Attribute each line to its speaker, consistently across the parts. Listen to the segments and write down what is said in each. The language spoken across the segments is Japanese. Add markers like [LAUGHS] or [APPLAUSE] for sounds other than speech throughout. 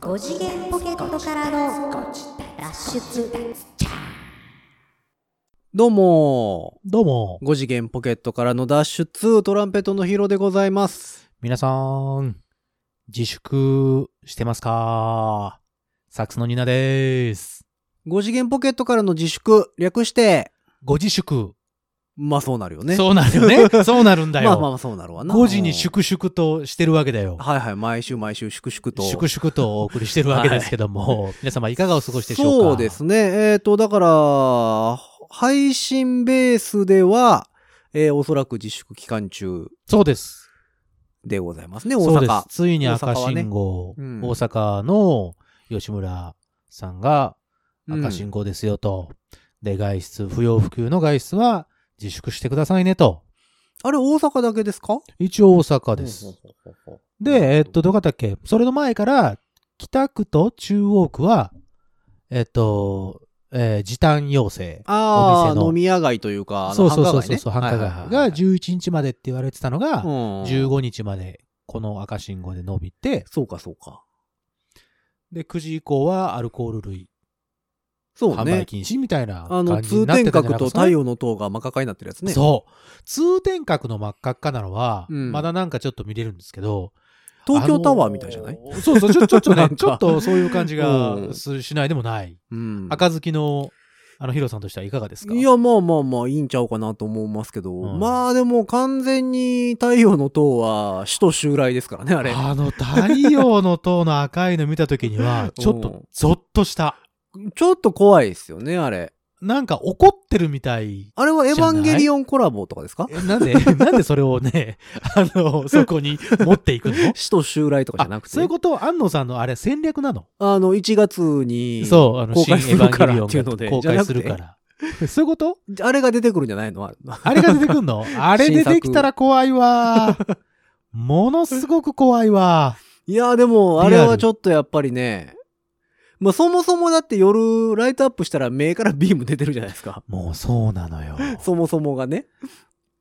Speaker 1: 5次元ポケットからの脱出
Speaker 2: どうも
Speaker 3: どうも、
Speaker 2: 5次元ポケットからの脱出、トランペットのヒロでございます。
Speaker 3: 皆さん、自粛してますかサックスのニナです。
Speaker 2: 5次元ポケットからの自粛、略して、
Speaker 3: ご自粛。
Speaker 2: まあそうなるよね。
Speaker 3: そうなるよね。そうなるんだよ。
Speaker 2: まあまあまあそうなるわな。
Speaker 3: 5時に粛々としてるわけだよ
Speaker 2: うん。はいはい、毎週毎週粛々と。
Speaker 3: 粛々とお送りしてるわけですけど
Speaker 2: [LAUGHS]
Speaker 3: も、皆様いかがお過ごしでしょうか
Speaker 2: そうです。ね。えっ、と、だから、配信ベースでは、えーおそらく自粛期間中
Speaker 3: そうです。
Speaker 2: でございますね、
Speaker 3: そ
Speaker 2: 大
Speaker 3: うです
Speaker 2: 阪。。
Speaker 3: ついに
Speaker 2: 大阪
Speaker 3: 赤
Speaker 2: はね
Speaker 3: 信号、
Speaker 2: うん
Speaker 3: 大阪の吉村さんが
Speaker 2: うん
Speaker 3: 赤信号ですよと。で、外出、不要不急の外出は自粛してくださいねと。
Speaker 2: あれ、大阪だけですか
Speaker 3: 一応大阪です。。で、えっと、どこだっけそれの前から、北区と中央区は、えっと、えー時短要請。お
Speaker 2: あ
Speaker 3: 店
Speaker 2: あ、
Speaker 3: の
Speaker 2: 飲み屋街というか、あの
Speaker 3: そうそうそうそう、繁
Speaker 2: 繁華
Speaker 3: 華
Speaker 2: 街ね
Speaker 3: 街が11日までって言われてたの
Speaker 2: う
Speaker 3: が、
Speaker 2: ん
Speaker 3: 15日まで、この赤信号で伸びて、
Speaker 2: そうか、そうか。
Speaker 3: で、9時以降はアルコール類、
Speaker 2: そう
Speaker 3: 販売
Speaker 2: ね。
Speaker 3: 禁止みたいな
Speaker 2: あの、
Speaker 3: 感じ
Speaker 2: 通
Speaker 3: になって
Speaker 2: 天
Speaker 3: たんじ
Speaker 2: 閣
Speaker 3: ゃない
Speaker 2: と
Speaker 3: ですか
Speaker 2: 太陽の塔が真っ赤っかになってるやつね。
Speaker 3: そう。通天閣の真っ赤っかなのは、
Speaker 2: うん
Speaker 3: まだなんかちょっと見れるんですけど、
Speaker 2: 東京タワーみたいじゃない、
Speaker 3: あのーそうそう、ちょ、ちょっと
Speaker 2: な
Speaker 3: ね
Speaker 2: ん、か
Speaker 3: ちょっとそういう感じ
Speaker 2: う
Speaker 3: が
Speaker 2: ん
Speaker 3: するしないでもない。
Speaker 2: うん。
Speaker 3: 赤好きの、あの、ヒロさんとしてはいかがですか
Speaker 2: い、や、まあまあまあ、いいんちゃうかなと思いますけど、
Speaker 3: うん
Speaker 2: まあでも完全に太陽の塔は首都襲来ですからね、あれ。
Speaker 3: あの、太陽の塔の赤いの見た時には、ちょっ
Speaker 2: うん
Speaker 3: と、ゾッとした。
Speaker 2: ちょっと怖いですよね、あれ。
Speaker 3: なんか怒ってるみたい。
Speaker 2: あれはエヴァンゲリオンコラボとかですか
Speaker 3: えな
Speaker 2: [LAUGHS]
Speaker 3: んで、なんでそれをね、あの、そこに持っていくの
Speaker 2: 首都襲来とかじゃな
Speaker 3: あ
Speaker 2: く、て。
Speaker 3: そういうこと、安野さんのあれ戦略なの
Speaker 2: あの、1月に、
Speaker 3: そう、あの、
Speaker 2: 公
Speaker 3: 新エ
Speaker 2: 開す
Speaker 3: ヴ
Speaker 2: る
Speaker 3: ァ
Speaker 2: か
Speaker 3: ンゲリ
Speaker 2: ら
Speaker 3: オ
Speaker 2: っていうの
Speaker 3: ン
Speaker 2: で
Speaker 3: が公開するから。そういうこと
Speaker 2: あれが出てくるんじゃないのあの
Speaker 3: あれが出てく
Speaker 2: [LAUGHS]
Speaker 3: んのあれ出てきたら怖いわ。ものすごく怖いわ。
Speaker 2: いや、でも、あれ
Speaker 3: リア
Speaker 2: は
Speaker 3: ル
Speaker 2: ちょっとやっぱりね、まあそもそもだって夜ライトアップしたら目からビーム出てるじゃないですか。 [LAUGHS]
Speaker 3: もうそうなのよ。
Speaker 2: そもそもがね。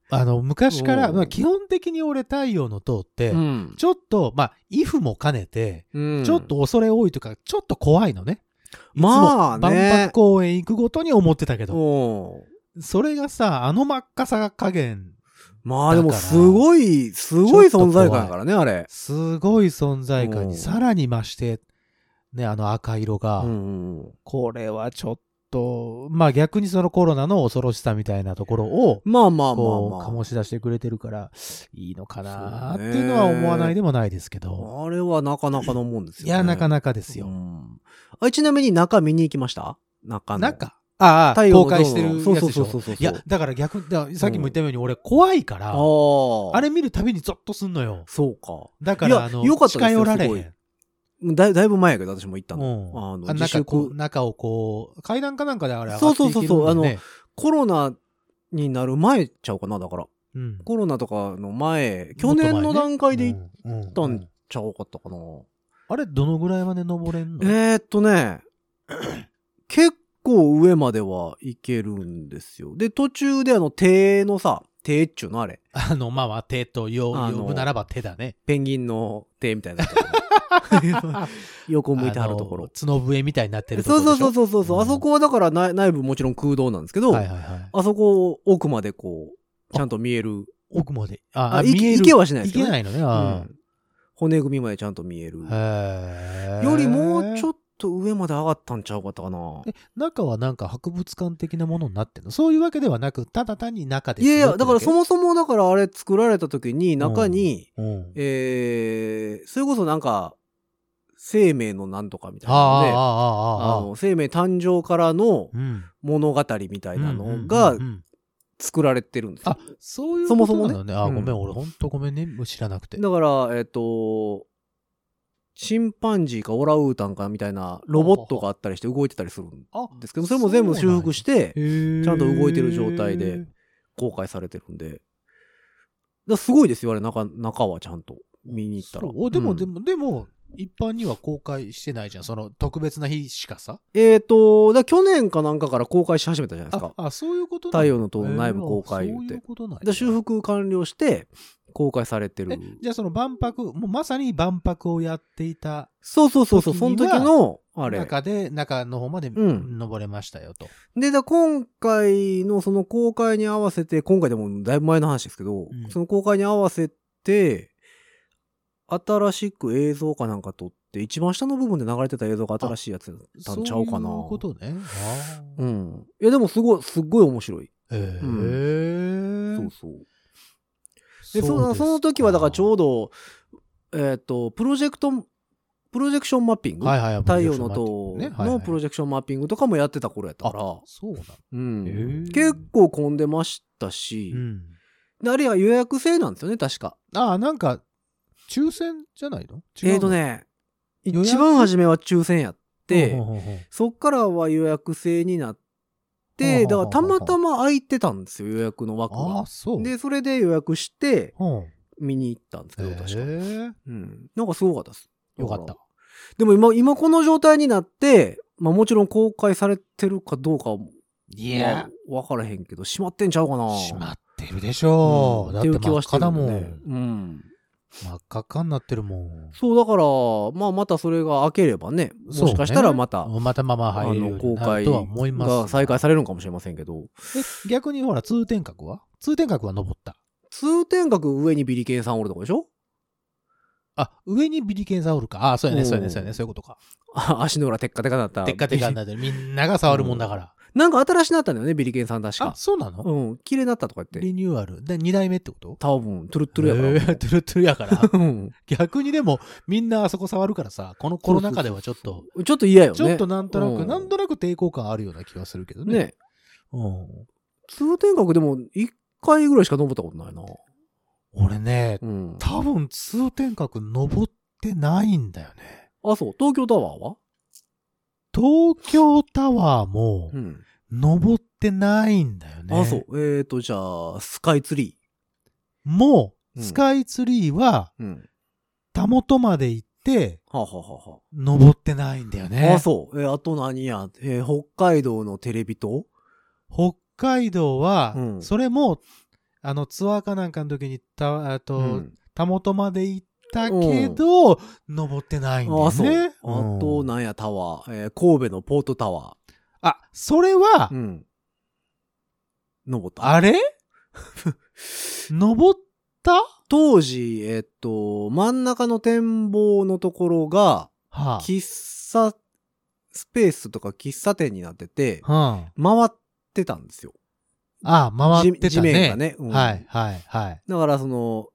Speaker 3: あの、昔か
Speaker 2: う
Speaker 3: ら、
Speaker 2: ん
Speaker 3: まあ、基本的に俺太陽の塔って、
Speaker 2: ん。
Speaker 3: ちょっと、まあ、イフも兼ねて、
Speaker 2: うん
Speaker 3: ちょっ、と恐れ多いというか、ちょっと怖いのね。
Speaker 2: まあ
Speaker 3: いつも
Speaker 2: ね
Speaker 3: 万博公園行くごとに思ってたけど、
Speaker 2: うん。
Speaker 3: それがさ、あの真っ赤さ加減、
Speaker 2: まあでも
Speaker 3: だから
Speaker 2: すごい、すごい存在感やからね、あれ。
Speaker 3: すごい存在感
Speaker 2: うん
Speaker 3: にさらに増して、ね、あの赤色が、
Speaker 2: うん。
Speaker 3: これはちょっと、まあ逆にそのコロナの恐ろしさみたいなところを、
Speaker 2: まあまあまあ
Speaker 3: こ
Speaker 2: ま
Speaker 3: う、
Speaker 2: あ。
Speaker 3: 醸し出してくれてるから、いいのかなっ
Speaker 2: そうね
Speaker 3: ていうのは思わないでもないですけど。
Speaker 2: あれはなかなかのもんですよ、
Speaker 3: い
Speaker 2: ね。
Speaker 3: や、なか
Speaker 2: か
Speaker 3: なかですよ。
Speaker 2: あ、ちなみに中見に行きました中の。
Speaker 3: 中ああ、
Speaker 2: 太陽の
Speaker 3: 公開してるやつでし
Speaker 2: そ
Speaker 3: ょ。
Speaker 2: うそうそうそうそう
Speaker 3: いや、だから逆に、だからさっきも言ったように俺怖いか
Speaker 2: あ
Speaker 3: ら、
Speaker 2: あ。
Speaker 3: あれ見るたびにゾッとすんのよ。
Speaker 2: そうか。
Speaker 3: だか
Speaker 2: いや
Speaker 3: ら、あの
Speaker 2: よか、ったですよ
Speaker 3: 近寄られへ
Speaker 2: すごい
Speaker 3: ん。
Speaker 2: だいだいぶ前やけど、私も行った
Speaker 3: う
Speaker 2: の。
Speaker 3: ん。
Speaker 2: あの
Speaker 3: あ
Speaker 2: 自
Speaker 3: 中こ
Speaker 2: 粛
Speaker 3: う中をこう、階段かなんかであれ上
Speaker 2: そ
Speaker 3: が
Speaker 2: う
Speaker 3: って
Speaker 2: そ
Speaker 3: いうけ
Speaker 2: そうそ
Speaker 3: る
Speaker 2: うん
Speaker 3: だよね。
Speaker 2: コロナになる前ちゃうかな、だから。
Speaker 3: うん
Speaker 2: コロナとかの前、去年の段階で行っ
Speaker 3: 行った
Speaker 2: んちゃうかったかな。
Speaker 3: あれ、どのぐらいまで登れんの
Speaker 2: えー、っと
Speaker 3: [COUGHS]
Speaker 2: ね、結構上までは行けるんですよ。で、途中であの、手のさ、手っちゅうのあれ。
Speaker 3: あの、まあまあ、手と呼
Speaker 2: あの
Speaker 3: 呼ぶならば手だね。
Speaker 2: ペンギンの手みたいなとこ
Speaker 3: [LAUGHS]
Speaker 2: 横向いてはるところ
Speaker 3: あ。の角笛みたいになってるとこ
Speaker 2: そ
Speaker 3: ろ
Speaker 2: う
Speaker 3: でし
Speaker 2: そ
Speaker 3: ょ。
Speaker 2: うそうそうそうそう、
Speaker 3: うん
Speaker 2: あそこはだから内内部もちろん空洞なんですけど、
Speaker 3: はいはいはい。
Speaker 2: あそこを奥までこう、ちゃんと見える。
Speaker 3: 奥まで。
Speaker 2: あ、
Speaker 3: あ
Speaker 2: い
Speaker 3: 見える。
Speaker 2: 行けはしないですけ
Speaker 3: 行
Speaker 2: ど、
Speaker 3: け
Speaker 2: ね。
Speaker 3: ないのね。
Speaker 2: う
Speaker 3: あ
Speaker 2: ん骨組みまでちゃんと見える。
Speaker 3: ーへー
Speaker 2: よりもうちょっと上まで上がったんちゃうかったかな。
Speaker 3: え中はなんか博物館的なものになってんのそういうわけではなく、ただ単に中で
Speaker 2: い
Speaker 3: すよ
Speaker 2: やいや、だからそ
Speaker 3: の、
Speaker 2: もそもだからあれ作られた時に中に、
Speaker 3: うん、
Speaker 2: えー、それこそなんか、生命のなんとかみたい
Speaker 3: あ
Speaker 2: なので、あ
Speaker 3: あ、ああ、ああ、ああ
Speaker 2: の生命誕生からの
Speaker 3: うん。
Speaker 2: 物語みたいな
Speaker 3: うんうんうんう
Speaker 2: の
Speaker 3: ん
Speaker 2: が作られてるんですよ
Speaker 3: あ、そういう
Speaker 2: そ
Speaker 3: こ
Speaker 2: もそ
Speaker 3: と
Speaker 2: もね
Speaker 3: なのね。あ、ご
Speaker 2: う
Speaker 3: め
Speaker 2: ん
Speaker 3: ん、俺ほんとごめんね。知らなくて。
Speaker 2: だから、えっ、と、チンパンジーかオラウータンかみたいなロボットがあったりして動いてたりするん
Speaker 3: あ、
Speaker 2: ですけど、それも全部修復して
Speaker 3: ち
Speaker 2: ゃんと動いてる状態で公開されてるんで。だからすごいですよ、あれ、中、中はちゃんと見に行ったら。
Speaker 3: そうでも、
Speaker 2: うん
Speaker 3: でも、でも、一般には公開してないじゃん。その特別な日しかさ。
Speaker 2: えっ、と、だ去年かなんかから公開し始めたじゃないです
Speaker 3: あ
Speaker 2: か、。
Speaker 3: あそういうこと
Speaker 2: 太陽の塔の内部公開言
Speaker 3: う
Speaker 2: う
Speaker 3: て。そういう
Speaker 2: て。
Speaker 3: ことなんや
Speaker 2: で修復完了して、公開されてる
Speaker 3: え。じゃあその万博、もうまさに万博をやっていた
Speaker 2: そうそうそうそう、
Speaker 3: 時
Speaker 2: その
Speaker 3: には
Speaker 2: 時の、あれ。
Speaker 3: 中で、中の方まで
Speaker 2: ん
Speaker 3: 登れましたよと。
Speaker 2: で、だ今回のその公開に合わせて、今回でもだいぶ前の話ですけど、
Speaker 3: うん
Speaker 2: その公開に合わせて、新しく映像かなんか撮って、一番下の部分で流れてた映像が新しいやつだったんちゃうかな。
Speaker 3: そういうことね。あー
Speaker 2: うん。いや、でもすごい、すっごい面白い。
Speaker 3: へえ、
Speaker 2: そうそう。で、そのその時はだからちょう
Speaker 3: ど、
Speaker 2: ど、えっ、と、プロジェクト、プロジェクションマッピング、
Speaker 3: はいはい、
Speaker 2: 太陽の塔のプロジ
Speaker 3: ジェク
Speaker 2: ェクションマッピングとかもやってた頃やった
Speaker 3: トね
Speaker 2: か
Speaker 3: はいはい
Speaker 2: ら
Speaker 3: あ、そうなんだ
Speaker 2: うん
Speaker 3: へえ
Speaker 2: 結構混んでましたし、
Speaker 3: うん。
Speaker 2: であれは予約制なんですよね、確か。
Speaker 3: ああ、なんか、抽選じゃないの違うの
Speaker 2: えーとね、
Speaker 3: 予約
Speaker 2: 一番初めは抽選やって、
Speaker 3: ほうほうほうほう
Speaker 2: そっからは予約制になっ
Speaker 3: ほ
Speaker 2: て、
Speaker 3: うほ
Speaker 2: だ
Speaker 3: う
Speaker 2: か
Speaker 3: ほ
Speaker 2: らた
Speaker 3: う
Speaker 2: またま空いてたんですよ、予約の枠
Speaker 3: あ
Speaker 2: が
Speaker 3: あ、。そう。
Speaker 2: で、それで予約して、
Speaker 3: ほう、
Speaker 2: 見に行ったんですけど、
Speaker 3: へ
Speaker 2: 確か。
Speaker 3: え
Speaker 2: うん。なんかすごかったです。
Speaker 3: よかった。。
Speaker 2: でも今、今この状態になって、まあもちろん公開されてるかどうかは、
Speaker 3: い
Speaker 2: まあ、わからへんけど、閉まってんちゃうかな。
Speaker 3: しまってるでしょう。
Speaker 2: うん
Speaker 3: だ
Speaker 2: っ
Speaker 3: ってて
Speaker 2: いう気
Speaker 3: 真
Speaker 2: は
Speaker 3: っ
Speaker 2: して
Speaker 3: 赤
Speaker 2: る
Speaker 3: だ
Speaker 2: んで
Speaker 3: もん。
Speaker 2: うん。
Speaker 3: 真っ赤っかになってるもん。
Speaker 2: そう、だから、まあ、またそれが開ければね、もしかしたらまた、
Speaker 3: そうねまたまあまあ
Speaker 2: あ
Speaker 3: 入るよう
Speaker 2: の、
Speaker 3: に
Speaker 2: 公
Speaker 3: なる
Speaker 2: 開
Speaker 3: とは思いますが
Speaker 2: が再開されるのかもしれませんけど、
Speaker 3: え逆にほら、通天閣は通天閣は登った。
Speaker 2: 通天閣上にビリケンさんおるとこでしょ [LAUGHS]
Speaker 3: あ、上にビリケンサウルか。あ、そう
Speaker 2: う
Speaker 3: やね、
Speaker 2: ん
Speaker 3: そうやね、そうやね、そういうことか。
Speaker 2: あ足の裏テッカテカになった。
Speaker 3: テッカテカになってる。みんなが触るもんだから。
Speaker 2: [LAUGHS] なんか新しいなったんだよね、ビリケンさん確
Speaker 3: あ
Speaker 2: か、。
Speaker 3: そうなの
Speaker 2: うん、綺麗になったとか言って。
Speaker 3: リニューアル。で、二代目ってこと
Speaker 2: 多分、トゥルット
Speaker 3: ト
Speaker 2: ゥルやから。
Speaker 3: [LAUGHS] トゥルトゥルやか
Speaker 2: [LAUGHS]
Speaker 3: ら。
Speaker 2: うん
Speaker 3: 逆にでも、みんなあそこ触るからさ、このコロナ禍ではちょっと、
Speaker 2: ちょっと嫌よね。
Speaker 3: ちょっとなんとな
Speaker 2: う
Speaker 3: く、
Speaker 2: ん
Speaker 3: なんとなく抵抗感あるような気がするけどね。
Speaker 2: ね。
Speaker 3: うん。
Speaker 2: 通天閣でも1回ぐらいしか登ったことないな。
Speaker 3: 俺ね、
Speaker 2: うん。
Speaker 3: 多分通天閣登ってないんだよね。
Speaker 2: あ、そう。東京タワーは
Speaker 3: 東京タワーも
Speaker 2: うん。
Speaker 3: 登ってないんだよね。
Speaker 2: あ、そう。えっ、ー、と、じゃあ、スカイツリ
Speaker 3: も
Speaker 2: う
Speaker 3: う、
Speaker 2: ん
Speaker 3: スカイツリーは、
Speaker 2: ー。うん。
Speaker 3: たもとまで行って、
Speaker 2: はあ、はあはあはあ
Speaker 3: 登ってないんだよね。
Speaker 2: あ、そう。えーあと何や、えー北海道のテレビ塔
Speaker 3: 北海道は、
Speaker 2: うん
Speaker 3: それも、あの、ツアーかなんかの時に、た、あと、
Speaker 2: うん
Speaker 3: たもとまで行ったけど、登ってないんだよね。
Speaker 2: あ、そう。
Speaker 3: うん
Speaker 2: あと何や、タワー。えー神戸のポートタワ
Speaker 3: あ、それは
Speaker 2: ー。う、ん。登った。
Speaker 3: あ
Speaker 2: [LAUGHS]
Speaker 3: れ登ったは
Speaker 2: 当時、えっと、真ん中の展望のところが、
Speaker 3: あ
Speaker 2: 喫茶、スペースとか喫茶店になってて、
Speaker 3: うん。
Speaker 2: 回ってたんですよ。
Speaker 3: あ回ってたね。
Speaker 2: 地地面がね。うん
Speaker 3: はい、はい、はい。
Speaker 2: だからその、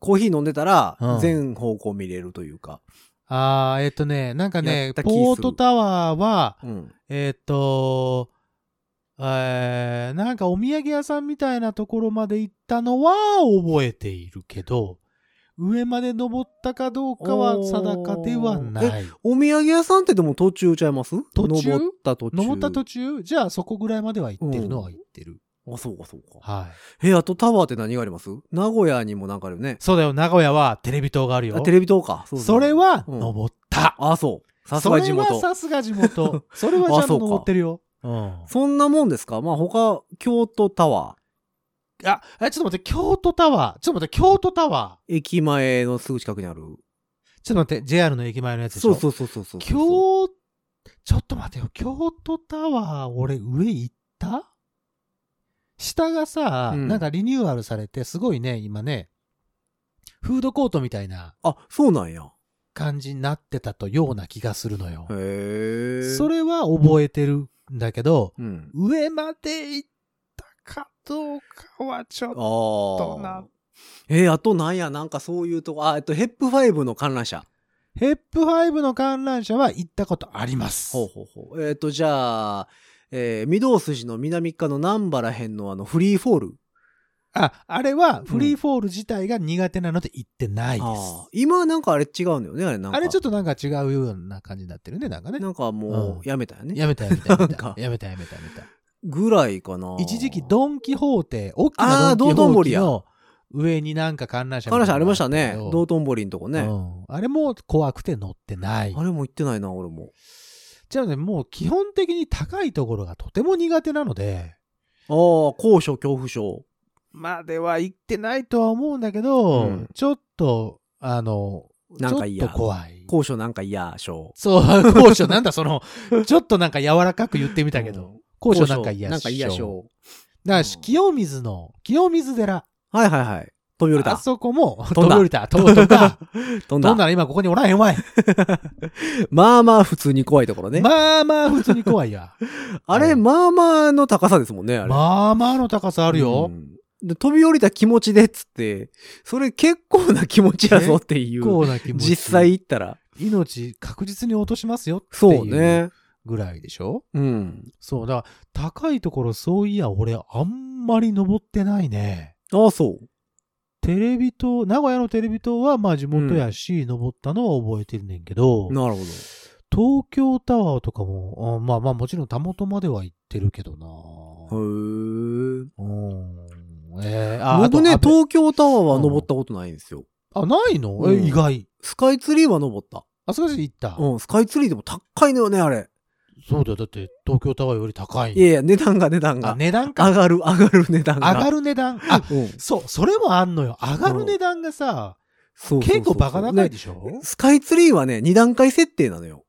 Speaker 2: コーヒー飲んでたら
Speaker 3: う、ん
Speaker 2: 全方向見れるというか。
Speaker 3: あーえっ、とね、なんか
Speaker 2: や
Speaker 3: ね
Speaker 2: っ、た気する
Speaker 3: ポートタワーは、
Speaker 2: うん。
Speaker 3: えっ、と、えー、なんかお土産屋さんみたいなところまで行ったのは覚えているけど、上まで登ったかどうかは定かではない。
Speaker 2: お土産屋さんってでも途中ちゃいます
Speaker 3: 途中
Speaker 2: 登った途中。
Speaker 3: 登った途中じゃあそこぐらいまでは行ってるのは行ってる。
Speaker 2: あ、そうかそうか。
Speaker 3: はい。
Speaker 2: え、あとタワーって何があります名古屋にもなんかあるよね。
Speaker 3: そうだよ、名古屋はテレビ塔があるよ。
Speaker 2: あ、テレビ塔か。そうそう
Speaker 3: それは、
Speaker 2: うん
Speaker 3: 登った。
Speaker 2: あ、そう。さすが地
Speaker 3: そ
Speaker 2: 元
Speaker 3: れは。さすが地 [LAUGHS] 元。それはちゃ
Speaker 2: あ
Speaker 3: ん
Speaker 2: そ
Speaker 3: と
Speaker 2: うか
Speaker 3: 登ってるよ。うん。
Speaker 2: そんなもんですかまあ他、京都タワ
Speaker 3: あ、えちょっと待って、京都タワー。ちょっと待って、京都タワ
Speaker 2: ー。駅前のすぐ近くにある。
Speaker 3: ー。ちょっと待って、JR の駅前のやつでし
Speaker 2: そ
Speaker 3: ょ。
Speaker 2: うそうそうそうそう。
Speaker 3: 京、ちょっと待ってよ、京都タワー、俺上行った下がさ、
Speaker 2: うん
Speaker 3: なんかリニューアルされて、すごいね、今ね、フードコートみたいな
Speaker 2: あ、そうなんや。
Speaker 3: 感じになってたとような気がするのよ。
Speaker 2: へえ。
Speaker 3: そ、れは覚えてるんだけど、
Speaker 2: うん。
Speaker 3: 上まで行ったかどうかはちょっと。
Speaker 2: ああ
Speaker 3: な。
Speaker 2: えー、あとなんや、なんかそういうとこ、あ、えっと、ヘップ5の観覧車。
Speaker 3: ヘップ5の観覧車は行ったことあります。
Speaker 2: ほうほうほう。えっ、と、じゃあ、えー、御堂筋の南側の南原辺のあの、フリーフォール。
Speaker 3: あ、あれはフリーフォール自体が苦手なので行ってないで
Speaker 2: あー
Speaker 3: す。
Speaker 2: 今なんかあれ違うんだよね、あれなんか。
Speaker 3: あれちょっ
Speaker 2: っ
Speaker 3: となんか違うような感じになってるね、なんかね。
Speaker 2: なんかも
Speaker 3: うん
Speaker 2: う、やめたよね。
Speaker 3: やめたやめたや
Speaker 2: な
Speaker 3: め
Speaker 2: ん
Speaker 3: た
Speaker 2: か。
Speaker 3: やめたやめたやめた。
Speaker 2: ぐらいかな。
Speaker 3: 一時期ドンキホーテ、大き
Speaker 2: あ
Speaker 3: な
Speaker 2: ー
Speaker 3: ドンキホ
Speaker 2: 道頓
Speaker 3: ー
Speaker 2: 堀
Speaker 3: テ
Speaker 2: や
Speaker 3: の上になんか観覧車み
Speaker 2: 観
Speaker 3: た
Speaker 2: 覧
Speaker 3: いな
Speaker 2: 車ありました
Speaker 3: あ
Speaker 2: ね
Speaker 3: ったけど
Speaker 2: 道頓堀のとこね、
Speaker 3: うんあれも怖くて乗ってない
Speaker 2: あれも行ってないな俺も
Speaker 3: じゃあねもう基本的に高いところがとても苦手なので
Speaker 2: ああ高所恐怖症
Speaker 3: までは行ってないとは思うんだけ
Speaker 2: う
Speaker 3: ど、
Speaker 2: ん
Speaker 3: ちょっとあの
Speaker 2: なんかい
Speaker 3: ちょ
Speaker 2: や
Speaker 3: っと怖い
Speaker 2: 高所なんか嫌症
Speaker 3: そう、高所なんだそ [LAUGHS] の、ちょっとなんか柔らかく言ってみたけ
Speaker 2: う
Speaker 3: ど、高所なんか嫌
Speaker 2: なんか嫌
Speaker 3: 症。
Speaker 2: 症
Speaker 3: だから
Speaker 2: う
Speaker 3: し、
Speaker 2: ん
Speaker 3: 清水の、清水寺。
Speaker 2: はいはいはい飛び降り
Speaker 3: あ
Speaker 2: た
Speaker 3: そこも、
Speaker 2: 飛んだ
Speaker 3: 飛び降りた。 [LAUGHS] 飛ぶとか、
Speaker 2: [LAUGHS] 飛んだ
Speaker 3: 飛んだら今ここにおらへんわい。
Speaker 2: まあまあ普通に怖いところね、
Speaker 3: まあまあ普通に怖いや。
Speaker 2: あ
Speaker 3: は
Speaker 2: れ
Speaker 3: い
Speaker 2: まあまあの高さですもんねあれ
Speaker 3: まあまあの高さあ
Speaker 2: あ
Speaker 3: るよ。
Speaker 2: で飛び降りた気持ちでっつってそれ結構な気持ちやぞっていう
Speaker 3: 結構な気持ち。
Speaker 2: 実際。行ったら
Speaker 3: 命確実に落としますよって
Speaker 2: そう
Speaker 3: いう
Speaker 2: ね
Speaker 3: ぐらいでしょ
Speaker 2: うん
Speaker 3: そう、だから高いところそういや俺あんまり登ってないね。
Speaker 2: ああそう
Speaker 3: テレビ塔、名古屋のテレビ塔はまあ地元やし、登ったのは覚えてるねんけど、
Speaker 2: なるほど
Speaker 3: 東京タワーとかも、あまあまあもちろんたもとまでは行ってるけどな。
Speaker 2: へえ
Speaker 3: うん。えー、あ、あと
Speaker 2: 僕ね
Speaker 3: 安倍
Speaker 2: 東京タワーは登ったことないんですよ、
Speaker 3: あ、ないの、え
Speaker 2: うん
Speaker 3: 意外。
Speaker 2: スカイツリーは登った
Speaker 3: あそこで行った、
Speaker 2: うんスカイツリーでも高いのよねあれ
Speaker 3: そうだよ。だって東京タワーより高い。
Speaker 2: いやいや値段が値段
Speaker 3: あ、
Speaker 2: が
Speaker 3: 値段か。
Speaker 2: 上がる上がる値段が
Speaker 3: 上がる値段。あ、
Speaker 2: うん
Speaker 3: そう、それもあんのよ。上がる値段がさ、
Speaker 2: そうそうそう
Speaker 3: 結構バカ高いで
Speaker 2: ね
Speaker 3: しょ、
Speaker 2: スカイツリーはね2段階設定なのよ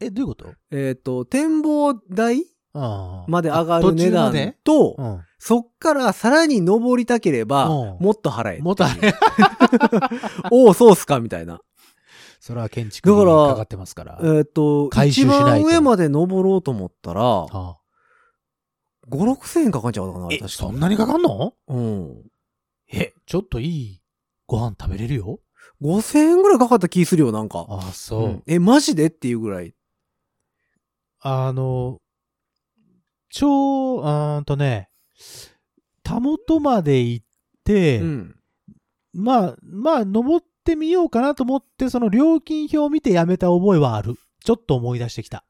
Speaker 3: え、どういうこと
Speaker 2: えっ、と展望台
Speaker 3: あー
Speaker 2: まで上がる値
Speaker 3: あ途中ま
Speaker 2: 段
Speaker 3: で
Speaker 2: と、
Speaker 3: うん。
Speaker 2: そっからさらに登りたければ、
Speaker 3: うん
Speaker 2: もっと払え。
Speaker 3: もたね。
Speaker 2: [LAUGHS] おお、そうっすかみたいな。
Speaker 3: [LAUGHS] それは建築に
Speaker 2: だから
Speaker 3: かかってますから。
Speaker 2: えーっと、
Speaker 3: 回収
Speaker 2: 一
Speaker 3: しないと
Speaker 2: 番上まで登ろうと思ったら、5、
Speaker 3: あ
Speaker 2: 6千円かかっちゃうのかな、あれ
Speaker 3: え、
Speaker 2: 確か
Speaker 3: そんなにかかんの
Speaker 2: うん。
Speaker 3: え、ちょっといいご飯食べれるよ。
Speaker 2: 5千円ぐらいかかった気するよ、なんか。
Speaker 3: あ、そう。
Speaker 2: うんえ、マジでっていうぐらい。
Speaker 3: あの、超、うーんとね、たもとまで行って、
Speaker 2: うん。
Speaker 3: まあ、まあ、登ってみようかなと思って、その料金表を見てやめた覚えはある。ちょっと思い出してきた。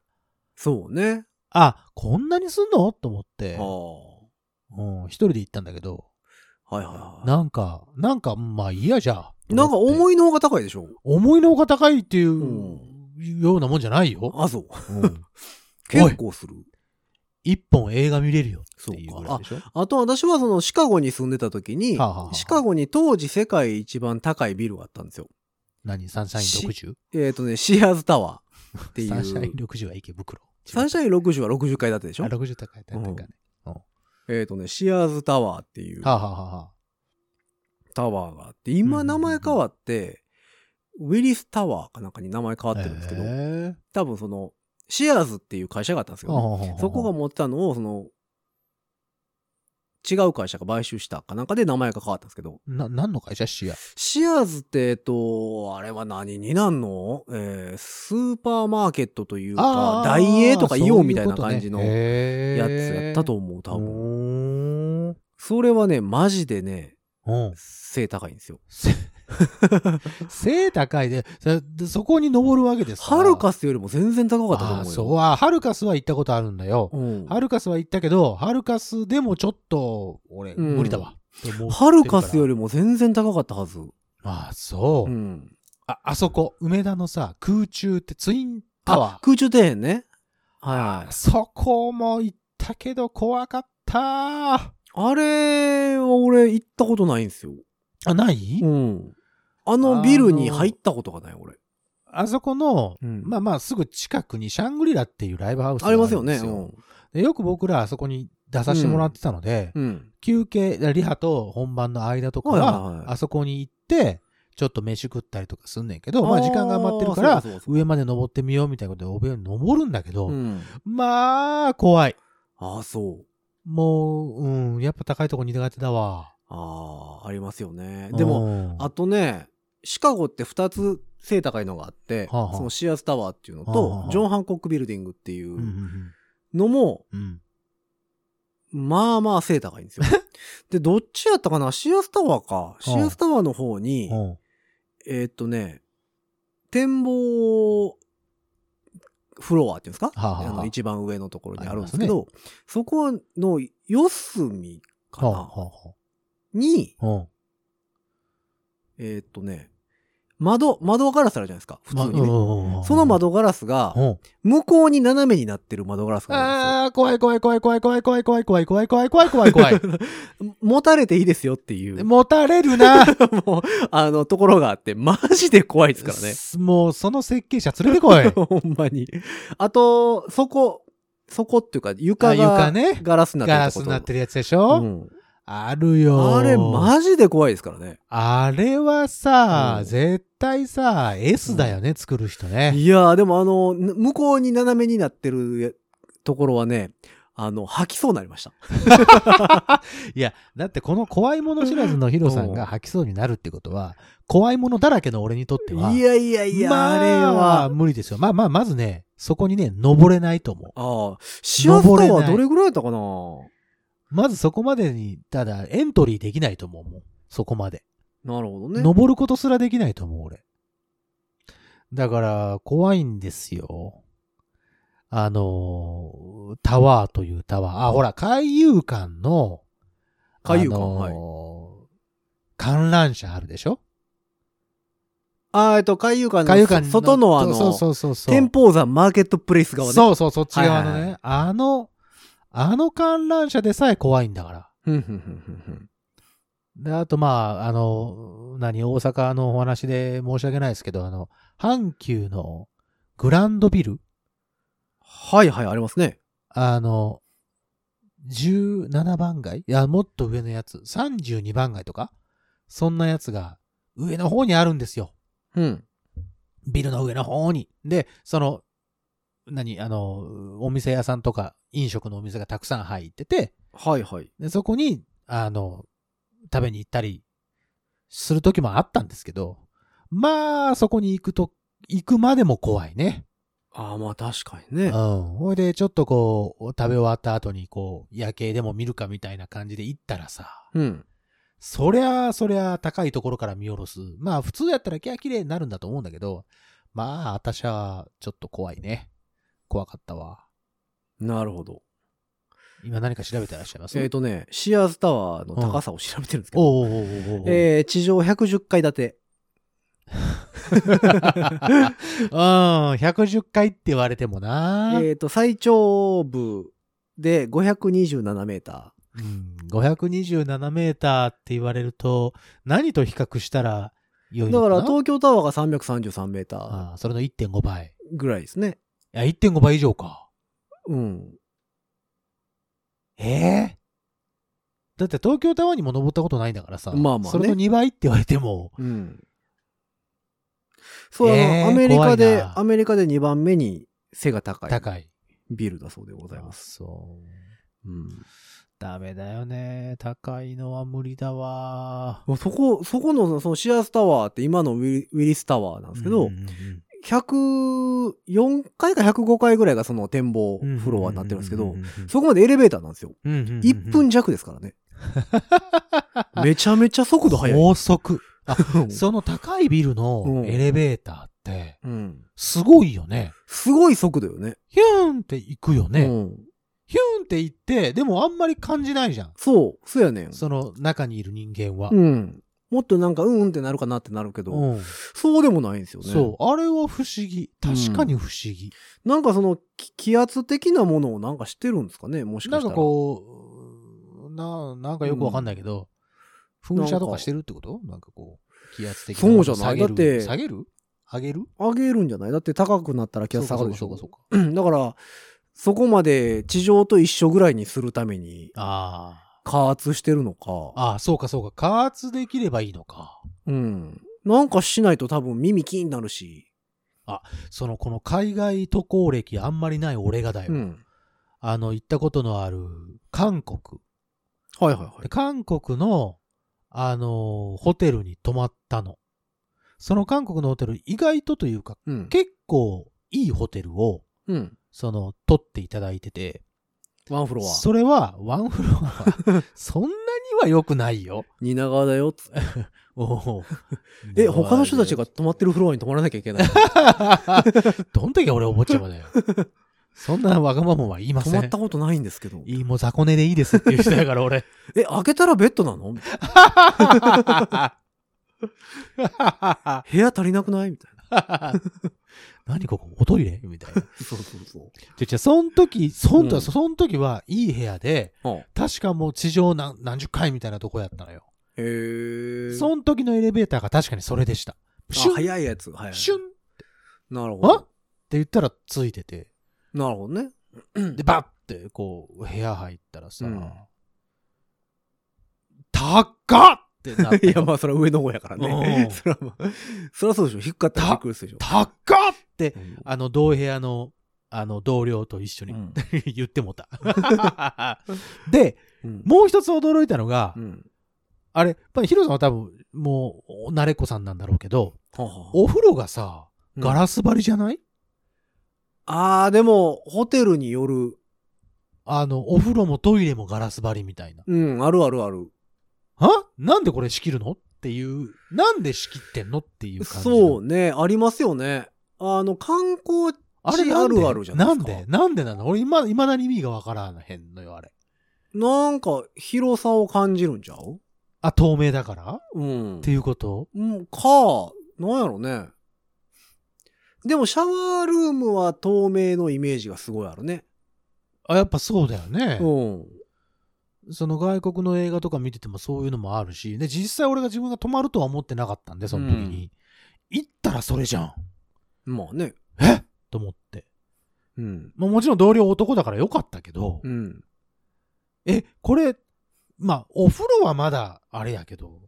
Speaker 2: そうね。
Speaker 3: あ、こんなにすんのと思って
Speaker 2: あ、あ。
Speaker 3: うん、一人で行ったんだけど、
Speaker 2: はいはいはい。な
Speaker 3: なんか、なんか、まあ、いいやじゃあ。
Speaker 2: んか
Speaker 3: と思って
Speaker 2: 思いのほが高いでしょ。
Speaker 3: 思いのほか高いっていう、
Speaker 2: う
Speaker 3: ようなもんじゃないよ。
Speaker 2: あ、そう。
Speaker 3: うん
Speaker 2: 結構する。
Speaker 3: 一本映画見れるよっていう
Speaker 2: そうか
Speaker 3: ぐらいでしょ。
Speaker 2: あと私はそのシカゴに住んでた時に、
Speaker 3: はあはあはあ
Speaker 2: シカゴに当時世界一番高いビルがあったんですよ。
Speaker 3: 何サンシャイン60
Speaker 2: えっ、とね、シアーズタワーっていう。
Speaker 3: サンシャイン60は池袋。
Speaker 2: サンシャイン60は60階建てでしょ
Speaker 3: あ60高い高い高いね。
Speaker 2: えっ、とね、シアーズタワーっていう
Speaker 3: はあ、はあはあは
Speaker 2: タワーがあって、
Speaker 3: う
Speaker 2: 今
Speaker 3: ん
Speaker 2: 名前変わって、ウィリスタワーかなんかに名前変
Speaker 3: あ、
Speaker 2: わってるんですけど、
Speaker 3: へえ
Speaker 2: 多分その、シアーズっていう会社があったんですけ
Speaker 3: はあ
Speaker 2: ど、
Speaker 3: はあはあ
Speaker 2: そこが持ってたのを、その、違う会社が買収したかなんかで名前が変わったんですけど、
Speaker 3: な、何の会社シア。
Speaker 2: シアーズって、えっと、あれは何になんのえースーパーマーケットというか、ダイエーとかイオンみたいな感じのやつやったと
Speaker 3: 思
Speaker 2: 思う、
Speaker 3: う
Speaker 2: 多分。
Speaker 3: 分。
Speaker 2: それはね、マジでね、
Speaker 3: うん。
Speaker 2: 背高いんですよ。 [LAUGHS]
Speaker 3: せ背高いで、そでそこに登るわけですから。
Speaker 2: ハルカスよりも全然高かったと
Speaker 3: あ
Speaker 2: 思
Speaker 3: あ
Speaker 2: うよ。
Speaker 3: そうあハルカスは行ったことあるんだよ。
Speaker 2: うん
Speaker 3: ハルカスは行ったけど、ハルカスでもちょっと、俺、
Speaker 2: うん
Speaker 3: 無理だわ。って思ってるから
Speaker 2: ハルカスよりも全然高かったはず。
Speaker 3: ああ、そうう、
Speaker 2: ん。
Speaker 3: あ。あそこ、梅田のさ、空中ってツインタ
Speaker 2: あ
Speaker 3: ワ、
Speaker 2: 空中庭園ね。はいは
Speaker 3: ー。
Speaker 2: い。
Speaker 3: そこも行ったけど怖かったー。
Speaker 2: あれは俺行ったことないんですよ。
Speaker 3: あ、ない、
Speaker 2: うん。あのビルに入ったことがない、俺。
Speaker 3: あそこの、
Speaker 2: うん
Speaker 3: まあまあ、すぐ近くにシャングリラっていうライブハウスが
Speaker 2: ありますよ
Speaker 3: ん
Speaker 2: ね。
Speaker 3: で
Speaker 2: うん。
Speaker 3: でよく僕らあそこに出させてもらってたので、
Speaker 2: うん。
Speaker 3: 休憩、リハと本番の間とか
Speaker 2: はいはいはい
Speaker 3: は、あそこに行って、ちょっと飯食ったりとかすんねんけど、
Speaker 2: あ
Speaker 3: まあ
Speaker 2: ー
Speaker 3: 時間が余ってるから
Speaker 2: そうかそうか、そうか
Speaker 3: 上まで登ってみようみたいなことで、お部屋に登るんだけど、
Speaker 2: うん。
Speaker 3: まあ、怖い。
Speaker 2: ああ、そう。
Speaker 3: もう、うん、やっぱ高いとこ苦手だわ。
Speaker 2: ああ、ありますよね。でも、
Speaker 3: も
Speaker 2: あとね、シカゴって2つ背高いのがあって、
Speaker 3: はあはあ
Speaker 2: そのシアスタワーっていうのと、
Speaker 3: はあはあ
Speaker 2: ジョン・ハンコック・ビルディングってい
Speaker 3: うん、うん
Speaker 2: うのも、
Speaker 3: うん、うん。
Speaker 2: まあまあ背高いんですよ。
Speaker 3: [LAUGHS]
Speaker 2: で、どっちやったかなシアスタワーか。シアスタワーの方に、
Speaker 3: うん
Speaker 2: えーっとね、展望フロアっていうんですか、
Speaker 3: はあはあ
Speaker 2: あの一番上のところにあるんです
Speaker 3: あ
Speaker 2: け
Speaker 3: り
Speaker 2: ど、そこの四隅か
Speaker 3: はあ
Speaker 2: な、
Speaker 3: はあは
Speaker 2: に、
Speaker 3: あうん
Speaker 2: えーっとね、窓、窓ガラスあるじゃないですか。普通
Speaker 3: ま
Speaker 2: に
Speaker 3: うん
Speaker 2: ね。
Speaker 3: うんうん
Speaker 2: その窓ガラスが
Speaker 3: う、ん
Speaker 2: 向こうに斜めになってる窓ガラスがあ
Speaker 3: あー怖い怖い怖い怖い怖い怖い怖い怖い怖い怖い怖い怖
Speaker 2: [LAUGHS]
Speaker 3: い怖い
Speaker 2: るんですよ。持たれていいですよっていう、
Speaker 3: [LAUGHS]
Speaker 2: も
Speaker 3: 持たれるな
Speaker 2: う、あの、ところがあって、マジで怖いですからね。
Speaker 3: もうその設計者連れて
Speaker 2: [LAUGHS]
Speaker 3: こい
Speaker 2: ほんまに。あと、そこ、そこっていうか、
Speaker 3: あ
Speaker 2: 床
Speaker 3: 床
Speaker 2: が
Speaker 3: ね
Speaker 2: ガラスになって
Speaker 3: ガ
Speaker 2: る
Speaker 3: ラ
Speaker 2: と
Speaker 3: ス
Speaker 2: こ
Speaker 3: に
Speaker 2: と
Speaker 3: なってるやつでしょ、
Speaker 2: うん
Speaker 3: あるよ
Speaker 2: あれ、マジで怖いですからね。
Speaker 3: あれはさ、
Speaker 2: うん
Speaker 3: 絶対さ S だよね、作る人ね
Speaker 2: いやー、でもあの、ぬ向こうに斜めになってるやところはね、あの、吐きそうになりました。
Speaker 3: [LAUGHS] いやだってこの怖いもの知らずのヒロさんが吐きそうになるってことは怖いものだらけの俺にとってはい
Speaker 2: やいやいや、
Speaker 3: ま
Speaker 2: あれは。
Speaker 3: 無理ですよまあまあまずねそこにね登れないと思う
Speaker 2: ああ、シアスタ
Speaker 3: 登れな
Speaker 2: はいどれぐらいだったかな
Speaker 3: まずそこまでに、ただエントリーできないと思うもん。そこまで。
Speaker 2: なるほどね。
Speaker 3: 登ることすらできないと思う、俺。だから、怖いんですよ。あのータワーというタワー。あ、ほら、海遊館の、
Speaker 2: 海遊館
Speaker 3: はい。観覧車あるでしょ
Speaker 2: あーえっと、海遊館
Speaker 3: 海遊館
Speaker 2: の外のあの、
Speaker 3: そうそうそうそう。
Speaker 2: 天保山マーケットプレイス側ね。
Speaker 3: そうそう、そっち側の
Speaker 2: は
Speaker 3: ね、
Speaker 2: いはいは
Speaker 3: あの、あの観覧車でさえ怖いんだから。
Speaker 2: ふんふんふんふんふん
Speaker 3: で、あと、まあ、あの、何、大阪のお話で申し訳ないですけど、あの、阪急のグランドビル、
Speaker 2: はいはい、ありますね。
Speaker 3: あの、17番街いや、もっと上のやつ、32番街とかそんなやつが上の方にあるんですよ。
Speaker 2: うん。
Speaker 3: ビルの上の方に。で、その、何、あの、お店屋さんとか飲食のお店がたくさん入ってて、
Speaker 2: はいはい。
Speaker 3: で、そこに、あの、食べに行ったりする時もあったんですけど、まあ、そこに行くと、行くまでも怖いね。
Speaker 2: ああ、まあ確かに
Speaker 3: う
Speaker 2: ね
Speaker 3: ん。。ほいで、ちょっとこう、食べ終わった後に、こう、夜景でも見るかみたいな感じで行ったらさ、
Speaker 2: うん。
Speaker 3: そりゃ、そりゃ、高いところから見下ろす。まあ、普通やったら、きゃ綺麗になるんだと思うんだけど、まあ、私は、ちょっと怖いね。怖かったわ。
Speaker 2: なるほど。
Speaker 3: 今何か調べてらっしゃいます
Speaker 2: えっ、とね、シアーズタワーの高さを調べてるんですけど、
Speaker 3: おうおうおうおうおう
Speaker 2: えー地上110階建て。
Speaker 3: うん、110回って言われてもな、
Speaker 2: えっ、と、最長部で527メータ
Speaker 3: うん、527メーターって言われると、何と比較したら良い
Speaker 2: ー。だ
Speaker 3: の
Speaker 2: か
Speaker 3: かな
Speaker 2: ら東京タワーが333メータ
Speaker 3: ああそれの1.5倍。い
Speaker 2: ーぐらいですね。
Speaker 3: や、1.5倍以上か。
Speaker 2: うん。
Speaker 3: ええだって東京タワーにも登ったことないんだからさ。
Speaker 2: まあまあね
Speaker 3: それの2倍って言われても、
Speaker 2: うん。そう、あの
Speaker 3: えー
Speaker 2: アメリカ
Speaker 3: 怖い
Speaker 2: で、
Speaker 3: な
Speaker 2: アメリカで2番目に背が高い
Speaker 3: 高い。
Speaker 2: ビルだそうでございます。
Speaker 3: あそう。
Speaker 2: うん。
Speaker 3: ダメだよね。高いのは無理だわ。
Speaker 2: もうそこ、そこの、そのシアーズタワーって今のウィリウィリスタワーなんですけど、
Speaker 3: うんうんうん
Speaker 2: 104階か105階ぐらいがその展望
Speaker 3: うん
Speaker 2: フロアになってるんですけ
Speaker 3: う
Speaker 2: ど
Speaker 3: んう、んうん
Speaker 2: そこまでエレベーターなんですよ。
Speaker 3: うんうんうんうん
Speaker 2: 1分弱ですからね。
Speaker 3: [LAUGHS]
Speaker 2: めちゃめちゃ速度速い。
Speaker 3: 高速。あその高いビル
Speaker 2: う
Speaker 3: の
Speaker 2: ん
Speaker 3: エレベーターって、
Speaker 2: うん。
Speaker 3: すごいよね。
Speaker 2: すごい速度よね。
Speaker 3: ヒューンって行くよね。
Speaker 2: うん。
Speaker 3: ヒューンって行って、でもあんまり感じないじゃん。
Speaker 2: そう、そうやねん。
Speaker 3: その中にいる人間は。
Speaker 2: うん。もっとなんか、うんうんってなるかなってなるけど、
Speaker 3: うん
Speaker 2: そうでもないんですよね。
Speaker 3: そう。あれは不思議。確かに不思議。
Speaker 2: なんかその、き気圧的なものをなんかしてるんですかね、もしか
Speaker 3: な
Speaker 2: した。
Speaker 3: んからこう、な、なんかよくわかんないけど、噴射とかしてるってことなんかこう、気圧的なものを
Speaker 2: そうじゃない
Speaker 3: 下げる
Speaker 2: だって
Speaker 3: 下げる上げる
Speaker 2: 上げるんじゃないだって高くなったら気圧下がるでし
Speaker 3: そう
Speaker 2: ょ
Speaker 3: か。そうかそうか。
Speaker 2: うんだから、そこまで地上と一緒ぐらいにするために、
Speaker 3: ああ。
Speaker 2: 加圧してるのか。
Speaker 3: ああ、そうかそうか。加圧できればいいのか。
Speaker 2: うん。なんかしないと多分耳キーになるし。
Speaker 3: その、この海外渡航歴あんまりない俺がだよ。
Speaker 2: うん。
Speaker 3: あの、行ったことのある韓国。
Speaker 2: はいはいは
Speaker 3: で
Speaker 2: い。
Speaker 3: 韓国の、あのーホテルに泊まったの。その韓国のホテル、意外とというか、
Speaker 2: うん。
Speaker 3: 結構いいホテルを、
Speaker 2: うん。
Speaker 3: その、取っていただいてて、
Speaker 2: ワンフロア。
Speaker 3: それは、ワンフロア
Speaker 2: [LAUGHS]
Speaker 3: は、そんなには良くないよ。
Speaker 2: 蜷川だよっつって。
Speaker 3: [LAUGHS] おう
Speaker 2: え、他の人たちが泊まってるフロアに泊まらなきゃいけない。
Speaker 3: どんだけ俺お坊ちゃまだよ。そんなわがままは言いま
Speaker 2: [LAUGHS] 泊
Speaker 3: せ
Speaker 2: ま
Speaker 3: ん
Speaker 2: った。ことないんですけど。
Speaker 3: いい、もう雑魚寝でいいですっていう人だから俺。
Speaker 2: え、開けたらベッドなのみたい部屋足りなくないみたいな。 [LAUGHS]
Speaker 3: 何ここおトイレみたいな。
Speaker 2: そうそうそう。
Speaker 3: じゃ、じゃ、そん時、そ
Speaker 2: う
Speaker 3: ん
Speaker 2: ん
Speaker 3: と、そん時はいい部屋で、
Speaker 2: うん
Speaker 3: 確かもう地上何何十階みたいなとこやったのよ。
Speaker 2: へー。
Speaker 3: そん時のエレベーターが確かにそれでした。シ
Speaker 2: あ
Speaker 3: ュン、
Speaker 2: 早いやつ。はいはい。
Speaker 3: シュンって
Speaker 2: なるほ
Speaker 3: あっ
Speaker 2: ど。
Speaker 3: て言ったらついてて、
Speaker 2: なるほどね。
Speaker 3: で、バッてこう、部屋入ったらさ、
Speaker 2: うん
Speaker 3: 高っってなっ
Speaker 2: [LAUGHS] い
Speaker 3: て
Speaker 2: や、、まあ、それは上の方やから
Speaker 3: う
Speaker 2: ね [LAUGHS]
Speaker 3: ん。
Speaker 2: それはまあ、それはそうでしょ。低かったらびっくりするでしょ。
Speaker 3: 高っって、
Speaker 2: うん
Speaker 3: あの、同部屋の、あの、同僚と一緒に、
Speaker 2: うん
Speaker 3: [LAUGHS] 言って
Speaker 2: [LAUGHS]
Speaker 3: もた。で、
Speaker 2: うん
Speaker 3: もう一つ驚いたのが、
Speaker 2: うん。
Speaker 3: あれ、まあ、ヒロさんは多分、もう、慣れっこさんなんだろうけど、
Speaker 2: はあはあ
Speaker 3: お風呂がさ、
Speaker 2: うん
Speaker 3: ガラス張りじゃない、
Speaker 2: あー、でも、ホテルによる。
Speaker 3: あの、お風呂もトイレもガラス張りみたいな。
Speaker 2: うん、あるあるある。
Speaker 3: はなんでこれ仕切るのっていう、なんで仕切ってんのっていう感じの。
Speaker 2: そうね、ありますよね。あの、観光地
Speaker 3: あれなんで
Speaker 2: あるあるじゃないですか
Speaker 3: なんでなんでなの俺今、未だに意味がわからんへんのよ、あれ。
Speaker 2: なんか広さを感じるんちゃう
Speaker 3: あ、透明だからっ
Speaker 2: うん。
Speaker 3: ていうこと
Speaker 2: うん、か、なんやろね。でもシャワールームは透明のイメージがすごいあるね。
Speaker 3: あ、やっぱそうだよね。
Speaker 2: うん。
Speaker 3: その外国の映画とか見ててもそういうのもあるし、で、実際俺が自分が泊まるとは思ってなかったんで、その時に。行ったらそれじゃん
Speaker 2: まあね。
Speaker 3: と思って。
Speaker 2: うん。
Speaker 3: まあもちろん同僚男だからよかったけど、
Speaker 2: うん。
Speaker 3: え、これ、まあ、お風呂はまだあれやけど、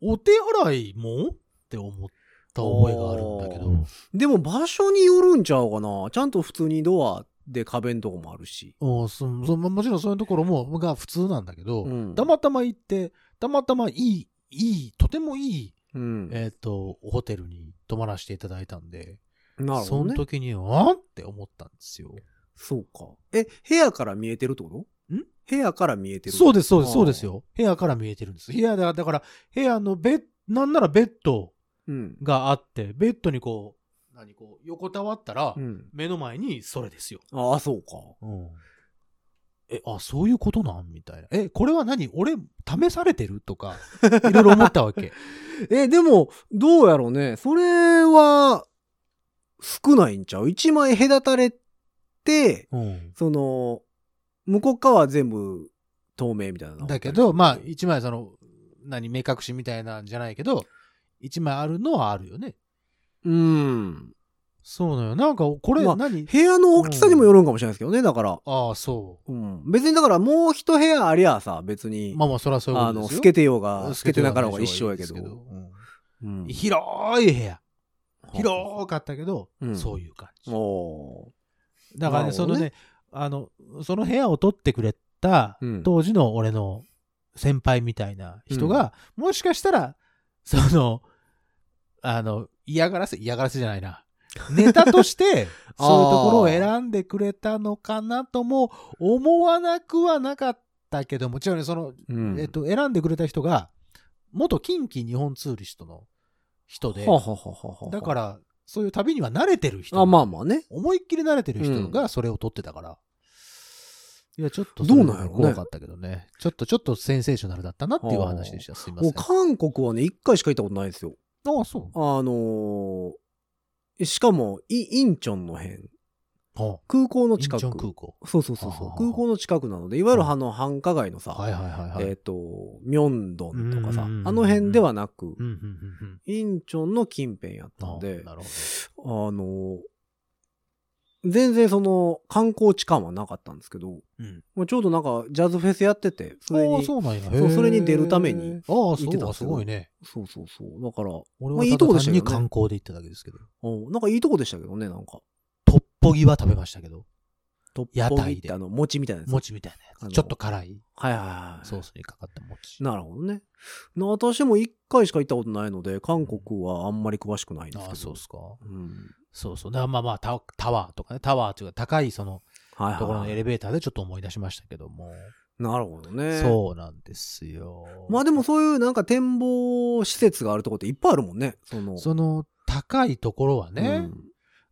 Speaker 3: お手洗いもって思った覚えがあるんだけ
Speaker 2: あ
Speaker 3: ど、
Speaker 2: でも場所によるんちゃうかな。ちゃんと普通にドアで壁んとこもあるし。
Speaker 3: うんそそもちろんそういうところもが普通なんだけど、
Speaker 2: うん。
Speaker 3: たまたま行って、たまたまいい、いい、とてもいい、
Speaker 2: うん。
Speaker 3: えっ、と、ホテルに泊まらせていただいたんで、
Speaker 2: なる
Speaker 3: そ
Speaker 2: ほど
Speaker 3: の
Speaker 2: ね。
Speaker 3: 時に、あんって思ったんですよ。
Speaker 2: そうか。え、部屋から見えてるってこと
Speaker 3: ん
Speaker 2: 部屋から見えてる。
Speaker 3: そう
Speaker 2: う。
Speaker 3: です、そうで
Speaker 2: あー
Speaker 3: す、そうですよ。部屋から見えてるんです。部屋だ、だから、部屋のベッ、なんならベッド
Speaker 2: うん。
Speaker 3: があって、ベッドにこう、何こう、横たわったら、
Speaker 2: うん。
Speaker 3: 目の前にそれですよ。
Speaker 2: ああ、そうか。
Speaker 3: え、あ、そういうことなんみたいな。え、これは何俺、試されてるとか、いろいろ思ったわけ。
Speaker 2: え、でも、どうやろうね。それは、少ないんちゃう一枚隔たれて、
Speaker 3: [LAUGHS] うん。
Speaker 2: その、向こう側は全部透明みたいな。
Speaker 3: だけど、まあ、一枚その、何、目隠しみたいなんじゃないけど、一枚あるのはあるよね。
Speaker 2: うん。
Speaker 3: そうなのよ。なんか、これ
Speaker 2: まあ
Speaker 3: 何、
Speaker 2: 部屋の大きさにもよるんかもしれないですけどね、だから。
Speaker 3: ああ、そ
Speaker 2: うん。別にだから、もう一部屋ありゃさ、別
Speaker 3: う。
Speaker 2: に、
Speaker 3: まあまあ、そりゃそういうこ
Speaker 2: あ
Speaker 3: とで
Speaker 2: の、
Speaker 3: すよ。
Speaker 2: 透けてようが、透
Speaker 3: 透け
Speaker 2: け
Speaker 3: て
Speaker 2: て
Speaker 3: な
Speaker 2: な
Speaker 3: か
Speaker 2: からろ
Speaker 3: う
Speaker 2: う
Speaker 3: が
Speaker 2: が
Speaker 3: 一
Speaker 2: 一
Speaker 3: 緒
Speaker 2: 緒
Speaker 3: や
Speaker 2: や
Speaker 3: け
Speaker 2: け
Speaker 3: ど
Speaker 2: ど。
Speaker 3: うん
Speaker 2: うん
Speaker 3: 広い部屋。広かったけど、
Speaker 2: うん
Speaker 3: そういう感じ。
Speaker 2: おー
Speaker 3: だからね、
Speaker 2: なる
Speaker 3: そ
Speaker 2: ほどね
Speaker 3: のね、あの、その部屋を取ってくれた
Speaker 2: うん、
Speaker 3: 当時の俺の先輩みたいな人が、もしかしたら、その、あの、嫌がらせ、嫌がらせじゃないな。ネタ
Speaker 2: [LAUGHS]
Speaker 3: として、
Speaker 2: あー
Speaker 3: そういうところを選んでくれたのかなとも思わなくはなかったけども、ちろんね、その、
Speaker 2: うん
Speaker 3: えっと、選んでくれた人が、元近畿日本ツーリストの人で
Speaker 2: は、はははは
Speaker 3: だから、そういう旅には慣れてる人。
Speaker 2: あ、まあまあね。
Speaker 3: 思いっきり慣れてる人
Speaker 2: う
Speaker 3: がそれを撮ってたから。いや、ちょっと
Speaker 2: どうなんやろうね
Speaker 3: それは怖かったけどね。ちょっと、ちょっとセンセーショナルだったなっていう話でした。すいませ
Speaker 2: も
Speaker 3: ん。
Speaker 2: う韓国はね、一回しか行ったことないんですよ。
Speaker 3: ああ、そ
Speaker 2: あのーしかも、イインチョンの辺。
Speaker 3: う。は
Speaker 2: 空港の
Speaker 3: インチ
Speaker 2: 近く。
Speaker 3: ョン空港。
Speaker 2: そうそうそう
Speaker 3: あ
Speaker 2: そ
Speaker 3: ー
Speaker 2: う。空港の近くなので、いわゆるあの繁華街のさ、
Speaker 3: はいはいはいは
Speaker 2: えっ、
Speaker 3: い。
Speaker 2: と、ミョンドンとかさ、
Speaker 3: うんうんうんうん
Speaker 2: あの辺ではなく、
Speaker 3: うんうんうん
Speaker 2: インチョンの近辺やった
Speaker 3: うん。
Speaker 2: の
Speaker 3: あ
Speaker 2: で、
Speaker 3: な
Speaker 2: あ
Speaker 3: るほど。
Speaker 2: のー全然その観光地感はなかったんですけど、
Speaker 3: うん
Speaker 2: まあちょうどなんかジャズフェスやってて、それ
Speaker 3: あ
Speaker 2: に、
Speaker 3: あ、
Speaker 2: そう
Speaker 3: そうなんや。
Speaker 2: うそれに出るため
Speaker 3: へ
Speaker 2: に
Speaker 3: ー。ああ、
Speaker 2: 行ってたんですけ
Speaker 3: そう
Speaker 2: ど
Speaker 3: か、すごいね。
Speaker 2: そうそうだから、まあ
Speaker 3: 俺はい
Speaker 2: い
Speaker 3: た
Speaker 2: とこ
Speaker 3: だ
Speaker 2: でしたけ
Speaker 3: 単に
Speaker 2: どね
Speaker 3: 観光で行っただけですけど。
Speaker 2: うんなんかいいとこでしたけどね、なんか。
Speaker 3: トッポギは食べましたけど。
Speaker 2: トッ
Speaker 3: 屋
Speaker 2: ポギっ
Speaker 3: 台で
Speaker 2: てあの、餅みたいなやつ。
Speaker 3: 餅みたい
Speaker 2: あ
Speaker 3: なや
Speaker 2: の
Speaker 3: つ。ちょっと辛い
Speaker 2: はいはいはい。
Speaker 3: ソースにかかった餅。
Speaker 2: なるほどね。な私も一回しか行ったことないので、韓国はあんまり詳しくないんですけ
Speaker 3: あ
Speaker 2: ど。
Speaker 3: あ、そうっすか。
Speaker 2: うん。
Speaker 3: そうそう。だからまあまあ、タタワーとかね。タワーというか、高いその、
Speaker 2: はい
Speaker 3: ところ
Speaker 2: は
Speaker 3: の
Speaker 2: い
Speaker 3: エ
Speaker 2: はい。
Speaker 3: レベーターでちょっと思い出しましたけども、
Speaker 2: なるほどね。
Speaker 3: そうなんですよ
Speaker 2: まあでもそういうなんか展望施設があるとこっていっぱいあるもんね。その。
Speaker 3: その高いところは
Speaker 2: う
Speaker 3: ね、
Speaker 2: ん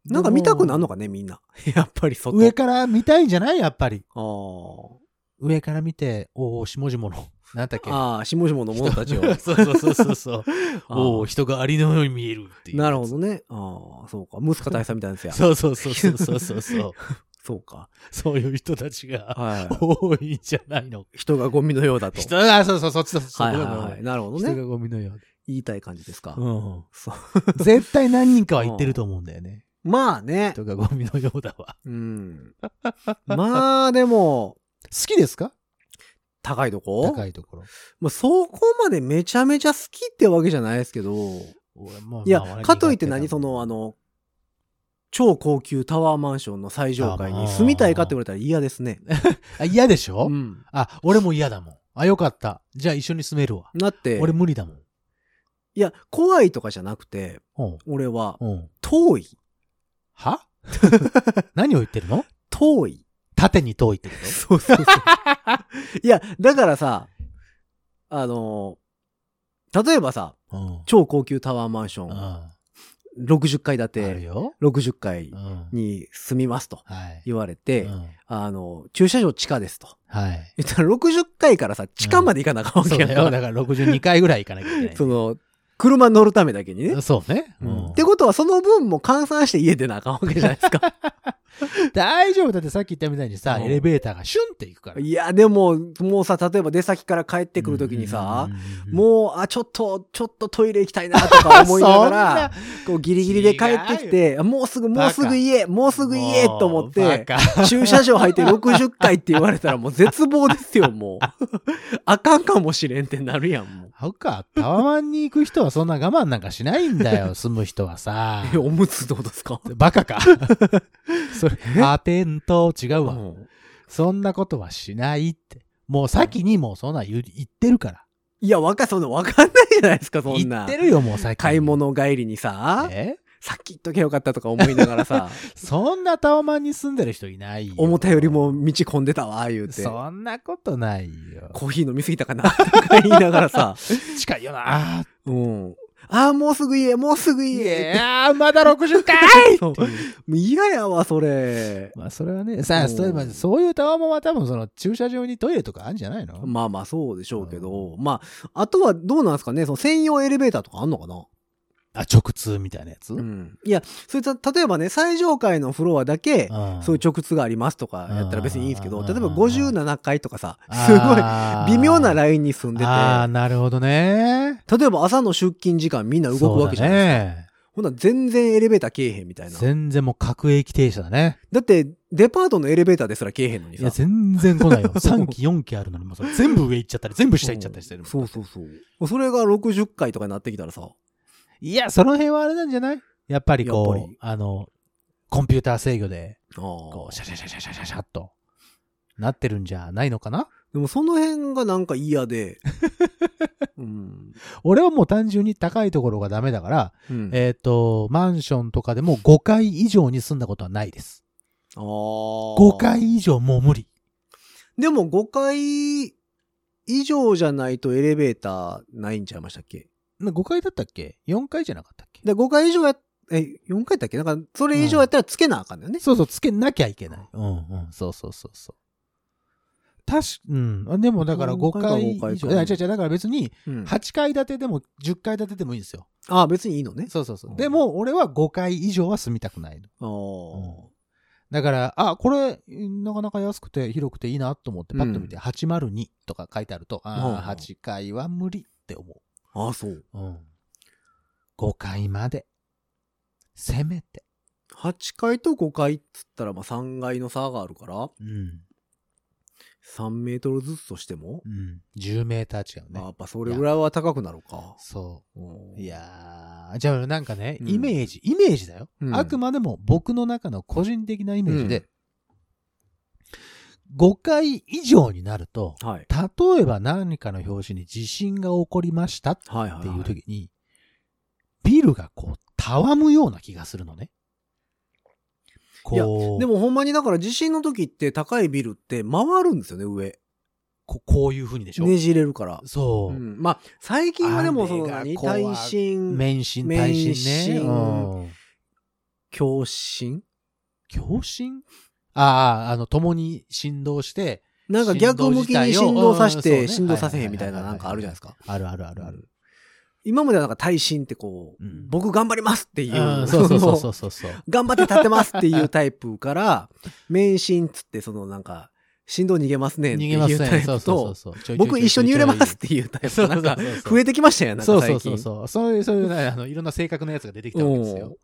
Speaker 2: なんか見たくなるの
Speaker 3: か
Speaker 2: かね、み
Speaker 3: [LAUGHS]
Speaker 2: んな。やっぱり外。
Speaker 3: 上から見たいんじゃないやっぱり
Speaker 2: ああ。
Speaker 3: 上から見ておお下々の [LAUGHS] なんだっけ
Speaker 2: ああ、しもしもの者たちを。
Speaker 3: [LAUGHS] そうそうそうそう [LAUGHS] そう。
Speaker 2: あー
Speaker 3: おお、人がありのように見えるっていう。
Speaker 2: なるほ。どね。ああ、そうか。ムスカ大佐みたいなやつや。
Speaker 3: そうそうそうそうそうそう [LAUGHS] そう。
Speaker 2: そうか。
Speaker 3: そういう人たちが
Speaker 2: は
Speaker 3: 多いんじゃないの。
Speaker 2: い。人がゴミのようだと。
Speaker 3: 人が、そうそう、そっちだ、そっちだ。
Speaker 2: はいはいはい。なるほど
Speaker 3: 人
Speaker 2: ね。
Speaker 3: がゴミのように。
Speaker 2: 言いたい感じですか。
Speaker 3: うん。
Speaker 2: そう
Speaker 3: 絶対何人かは言ってると思うんだよね。
Speaker 2: まあね。
Speaker 3: 人がゴミのようだわ。 [LAUGHS]
Speaker 2: うん。まあでも、
Speaker 3: 好きですか
Speaker 2: 高いとこ
Speaker 3: 高いところ。
Speaker 2: まあ、そこまでめちゃめちゃ好きってわけじゃないですけど。
Speaker 3: 俺も
Speaker 2: いや、かといって何その、あ、の、超高級タワーマンションの最上階に住みたいかって言われたら嫌ですね。
Speaker 3: あ嫌でしょ、
Speaker 2: うん。
Speaker 3: あ、俺も嫌だもん。あ、よかった。じゃあ一緒に住めるわ。
Speaker 2: だって、
Speaker 3: 俺無理だもん。
Speaker 2: いや、怖いとかじゃなくて、
Speaker 3: うん。
Speaker 2: 俺は、
Speaker 3: うん。
Speaker 2: 遠い。
Speaker 3: は [LAUGHS] 何を言ってるの
Speaker 2: 遠い。
Speaker 3: 縦に遠いってこ
Speaker 2: そうそうそう。いや、だからさ、あの例えばさ、
Speaker 3: とうん。
Speaker 2: 超高級タワーマンション、
Speaker 3: あ
Speaker 2: 60階建
Speaker 3: る
Speaker 2: て、
Speaker 3: よ。
Speaker 2: 60階
Speaker 3: うん。
Speaker 2: に住みますと
Speaker 3: はい。
Speaker 2: 言われて、
Speaker 3: うん
Speaker 2: あの、駐車場地下ですと。
Speaker 3: はい。
Speaker 2: 言ったら60階からさ、地下まで行かなあかんわ
Speaker 3: そ
Speaker 2: けや
Speaker 3: う
Speaker 2: ん
Speaker 3: だ
Speaker 2: か
Speaker 3: よ。だから62回ぐらい行かなきゃいけない。
Speaker 2: その、車乗るためだけにね。
Speaker 3: そうね。う
Speaker 2: うん
Speaker 3: ん
Speaker 2: ってことは、その分も換算して家出なあかんわけじゃないですか。
Speaker 3: 大丈夫だってさっき言ったみたいにさ、
Speaker 2: うん
Speaker 3: エレベーターがシュンって行くから。
Speaker 2: いや、でも、もうさ、例えば出先から帰ってくるときにさ、もう、あ、ちょっと、ちょっとトイレ行きたいなとか思いながら、こうギリギリで帰ってきて、もうすぐ、もうすぐ家、もうすぐ家と思って、駐車場入って60回って言われたらもう絶望ですよ、もう。あかんかもしれんってなるやん、もう。
Speaker 3: そっか、タワマンに行く人はそんな我慢なんかしないん
Speaker 2: [LAUGHS]
Speaker 3: だよ、住む人はさ。
Speaker 2: え、おむつってことですか
Speaker 3: バカか。 [LAUGHS] それ、アテント、違う
Speaker 2: う
Speaker 3: わ。
Speaker 2: ん
Speaker 3: そんなことはしないって。もう先にもうそんなん言う言ってるから。
Speaker 2: いや、わか、そんなわかんないじゃないですか、そん
Speaker 3: 言
Speaker 2: な
Speaker 3: っ。てるよ、もう先に。
Speaker 2: 買い物帰りにさ、
Speaker 3: え
Speaker 2: さっき言っときゃよかったとか思いながらさ、
Speaker 3: そんなタワマンに住んでる人いないよ。
Speaker 2: 思ったよりも道混んでたわ、言うて。
Speaker 3: そんなことないよ。
Speaker 2: コーヒー飲みすぎたかなとか言いながら
Speaker 3: [LAUGHS]
Speaker 2: さ、
Speaker 3: 近いよな。
Speaker 2: うん。ああ、もうすぐ家、もうすぐ
Speaker 3: い
Speaker 2: 家。
Speaker 3: やー、まだ60回
Speaker 2: そうもう嫌やわ、それ。
Speaker 3: まあ、それはね、さ
Speaker 2: う
Speaker 3: あ、
Speaker 2: ん
Speaker 3: そうまあそういうタワマンは多分その駐車場にトイレとかあるんじゃないの
Speaker 2: まあまあ、そうでしょうけど、まあ、あとはどうなんですかね、その専用エレベーターとかあんのかな
Speaker 3: あ、直通みたいなやつ、
Speaker 2: うん。いや、それた、例えばね、最上階のフロアだけ、
Speaker 3: あー
Speaker 2: そういう直通がありますとかやったら別にいいんですけど、
Speaker 3: うん
Speaker 2: 例えば57階とかさ、すご
Speaker 3: あー
Speaker 2: い微妙なラインに住んでて、
Speaker 3: ああ、なるほどね。
Speaker 2: 例えば朝の出勤時間みんな動くわけじゃないですか。
Speaker 3: ない
Speaker 2: ほんなら全然エレベーターけえへんみたいな。
Speaker 3: 全然もう各駅停車だね。
Speaker 2: だって、デパートのエレベーターですらけえへんのに
Speaker 3: い
Speaker 2: さ
Speaker 3: や、。全然来ない
Speaker 2: [LAUGHS]
Speaker 3: よ。3期、4期あるのに、もうそれ全部上行っちゃったり、全部下行っちゃったりしてるもん
Speaker 2: そうそうそう。それが60回とかになってきたらさ、
Speaker 3: いや、その辺はあれなんじゃないやっぱりこう
Speaker 2: やっぱり
Speaker 3: あの、コンピューター制御で、
Speaker 2: あ
Speaker 3: こ
Speaker 2: ー
Speaker 3: う、シャシャシャシャシャシャシャっと、なってるんじゃないのかな
Speaker 2: でもその辺がなんか嫌で、 [LAUGHS] うん。
Speaker 3: 俺はもう単純に高いところがダメだから、
Speaker 2: うん、
Speaker 3: えっ、と、マンションとかでも5階以上に住んだことはないです。
Speaker 2: あー
Speaker 3: 5階以上もう無理。
Speaker 2: でも5階以上じゃないとエレベーターないんちゃいましたっけ
Speaker 3: な5階だったっけ ?4 階じゃなかったっけ
Speaker 2: で、5階以上や、え、4階だっけなんか、それ以上やったらつけなあかんだよね。
Speaker 3: そうそう、つけなきゃいけない。うんうん、そうそうそうそう。確か、うん。でもだから5階以
Speaker 2: 5階
Speaker 3: 上。
Speaker 2: か
Speaker 3: いや違う違う、だから別に
Speaker 2: うん
Speaker 3: 8階建てでも10階建てでもいいんですよ。
Speaker 2: ああ、別にいいのね。
Speaker 3: そうそうそうう。
Speaker 2: ん
Speaker 3: でも俺は5階以上は住みたくないの。
Speaker 2: あー
Speaker 3: だから、あ、これ、なかなか安くて広くていいなと思って、パッと見て、802とか書いてあると、あ
Speaker 2: う
Speaker 3: あ、
Speaker 2: ん
Speaker 3: 8階は無理って思
Speaker 2: ああ、そう。
Speaker 3: う。うん。5階まで。せめて。
Speaker 2: 8階と5階っつったら、まあ3階の差があるから、
Speaker 3: うん。
Speaker 2: 3メートルずつとしても、
Speaker 3: うん。10メーター違う
Speaker 2: ま
Speaker 3: ね
Speaker 2: あ、。やっぱそれぐらいは高くなるか。
Speaker 3: そう。
Speaker 2: うん
Speaker 3: いやー、じゃあなんかね、
Speaker 2: うん
Speaker 3: イメージ、イメージだよ。
Speaker 2: うん
Speaker 3: あくまでも僕の中の個人的なイメージで、5回以上になると、
Speaker 2: はい。
Speaker 3: 例えば何かの表紙に地震が起こりましたっ
Speaker 2: はいはい、
Speaker 3: て
Speaker 2: はい。
Speaker 3: いう時に、ビルがこう、たわむような気がするのね。こう、
Speaker 2: でもほんまにだから地震の時って高いビルって回るんですよね、上。
Speaker 3: ここういう風にでしょ、
Speaker 2: ねじれるから。
Speaker 3: そうう、
Speaker 2: ん、まあ、最近はでもその
Speaker 3: あ
Speaker 2: 何
Speaker 3: れが怖い
Speaker 2: 耐震、
Speaker 3: 免震、
Speaker 2: 免
Speaker 3: 耐
Speaker 2: 震
Speaker 3: 震ね。うん
Speaker 2: 共振
Speaker 3: 共振ああ、あの、共に振動して、
Speaker 2: なんか逆向きに振動させ
Speaker 3: うん
Speaker 2: て、
Speaker 3: そうね
Speaker 2: 振動させへんみたいな
Speaker 3: はいは
Speaker 2: ないん
Speaker 3: はいはい
Speaker 2: かあるじゃないですか。
Speaker 3: あるあるあるある。
Speaker 2: 今まではなんか耐震ってこう、
Speaker 3: うん
Speaker 2: 僕頑張りますっていうう、
Speaker 3: ん [LAUGHS] そうそうそうそ
Speaker 2: の
Speaker 3: う
Speaker 2: [LAUGHS]
Speaker 3: そうそう。
Speaker 2: 頑張って立てますっていうタイプから、免震っつってそのなんか、振動逃げますねんって
Speaker 3: 逃
Speaker 2: い
Speaker 3: げま
Speaker 2: う
Speaker 3: す
Speaker 2: タ
Speaker 3: ね。
Speaker 2: イ
Speaker 3: そう
Speaker 2: プ
Speaker 3: そう
Speaker 2: と、
Speaker 3: そうそう。
Speaker 2: 僕一緒に揺れますっていうタイ
Speaker 3: そう
Speaker 2: プ
Speaker 3: そ
Speaker 2: な
Speaker 3: うそ
Speaker 2: ん
Speaker 3: うそう
Speaker 2: か増えてきましたよね、なん
Speaker 3: そ
Speaker 2: か
Speaker 3: うそ
Speaker 2: 最
Speaker 3: うそう
Speaker 2: 近。
Speaker 3: そう。そういう、そういうね、あの、いろんな性格のやつが出てきたわけですよ。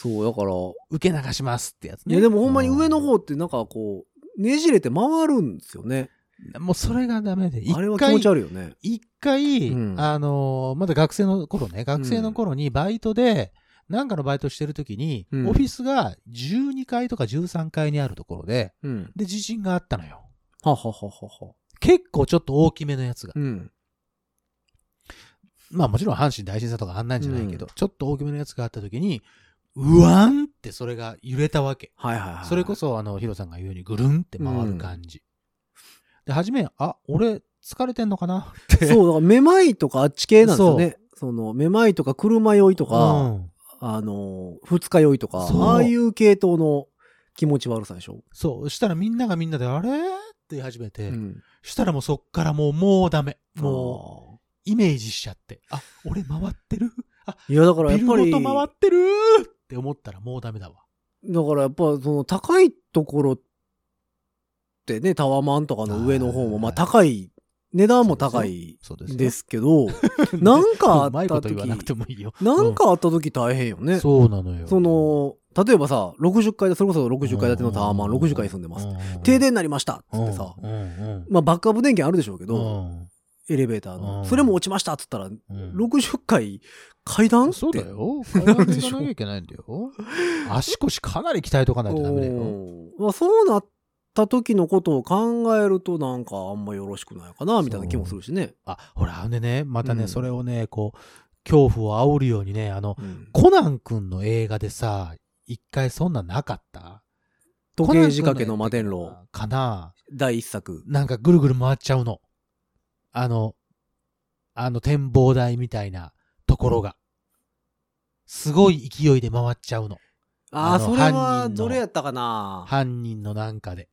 Speaker 2: そう、だから、い
Speaker 3: 受け流しますってやつね。
Speaker 2: やでもほんまに上の
Speaker 3: う
Speaker 2: 方ってなんかこう、ねじれて回るんですよね。
Speaker 3: ん。もうそれがダメで。一
Speaker 2: あれは気
Speaker 3: 回
Speaker 2: 持ち悪いよね。
Speaker 3: 一回、
Speaker 2: うん
Speaker 3: あのーまだ学生の頃ね、学生の頃にバイトで、なんかのバイトしてる時に、
Speaker 2: うん
Speaker 3: オフィスが12階とか13階にあるところで、
Speaker 2: うん。
Speaker 3: で、地震があったのよ。
Speaker 2: ははははは。
Speaker 3: 結構ちょっと大きめのやつが。
Speaker 2: うん。
Speaker 3: まあもちろん阪神大震災とかあんなんじゃないけど、ちょっと大きめのやつがあった時に、うわんってそれが揺れたわけ。
Speaker 2: はいはいはい。
Speaker 3: それこそ、あの、ヒロさんが言うように、ぐるんって回る感じ。で、初め、あ、俺、疲れてんのかなっ
Speaker 2: [LAUGHS]
Speaker 3: て。
Speaker 2: そう、だからめまいとかあっち系なんですよね。その、めまいとか車酔いと
Speaker 3: う
Speaker 2: か、
Speaker 3: ん
Speaker 2: あの、二日酔いとか、
Speaker 3: そう
Speaker 2: ああいう系統の気持ち悪さでしょ。
Speaker 3: そう。したらみんながみんなで、あれって言い始めて、
Speaker 2: うん。
Speaker 3: したらもうそっからもう、もうダメ。もう、
Speaker 2: も
Speaker 3: イメージしちゃって。あ、俺回ってるあ、
Speaker 2: う。いや、だからや
Speaker 3: ビ
Speaker 2: っ
Speaker 3: ル
Speaker 2: ぱ
Speaker 3: ご
Speaker 2: り、
Speaker 3: と
Speaker 2: だ
Speaker 3: 回
Speaker 2: か
Speaker 3: ってるって思ったらもうダメだわ。
Speaker 2: らやっぱその高いところってね、タワマンとかの上の方も、まあ高い、値段も高い
Speaker 3: そうですよ。 [LAUGHS]
Speaker 2: ですけど、なんかあ
Speaker 3: うま
Speaker 2: っ
Speaker 3: いこ
Speaker 2: た
Speaker 3: と
Speaker 2: 時、
Speaker 3: 言わなくてもいいよ。
Speaker 2: なんかあった時大変よ
Speaker 3: うん、
Speaker 2: ね。
Speaker 3: そうなのよ。
Speaker 2: そ、の、例えばさ、60階で、それこそ60階建てのタワーマン、60階に住んでます。停電になりましたっつってさ、
Speaker 3: うんうん
Speaker 2: まあバックアップ電源あるでしょうけ
Speaker 3: う
Speaker 2: ど、
Speaker 3: ん
Speaker 2: エレベーター
Speaker 3: う
Speaker 2: の。
Speaker 3: ん
Speaker 2: それも落ちましたっつったら、
Speaker 3: うん
Speaker 2: 60階階段って。
Speaker 3: そうだよ。
Speaker 2: な
Speaker 3: 体
Speaker 2: る
Speaker 3: に
Speaker 2: でし
Speaker 3: 行か
Speaker 2: ょ
Speaker 3: なきゃいけないんだよ。足腰かなり鍛えとかないとダメだよ。
Speaker 2: おーまあそうなった時のことを考えると、なんかあんまよろしくないかな、みたいな気もするしね。
Speaker 3: あ、ほら、ほんでね、またね、
Speaker 2: うん
Speaker 3: それをね、こう、恐怖を煽るようにね、あの、
Speaker 2: うん
Speaker 3: コナン君の映画でさ、一回そんなんなかった
Speaker 2: 時計仕掛けの摩天楼、
Speaker 3: かな
Speaker 2: 第一作。
Speaker 3: なんかぐるぐる回っちゃうの。あの、あの展望台みたいなところが。すごい勢いで回っちゃうの。
Speaker 2: あ
Speaker 3: あ
Speaker 2: あ、
Speaker 3: の
Speaker 2: それ
Speaker 3: 犯人
Speaker 2: は、
Speaker 3: の
Speaker 2: どれやったかな
Speaker 3: 犯人のなんかで。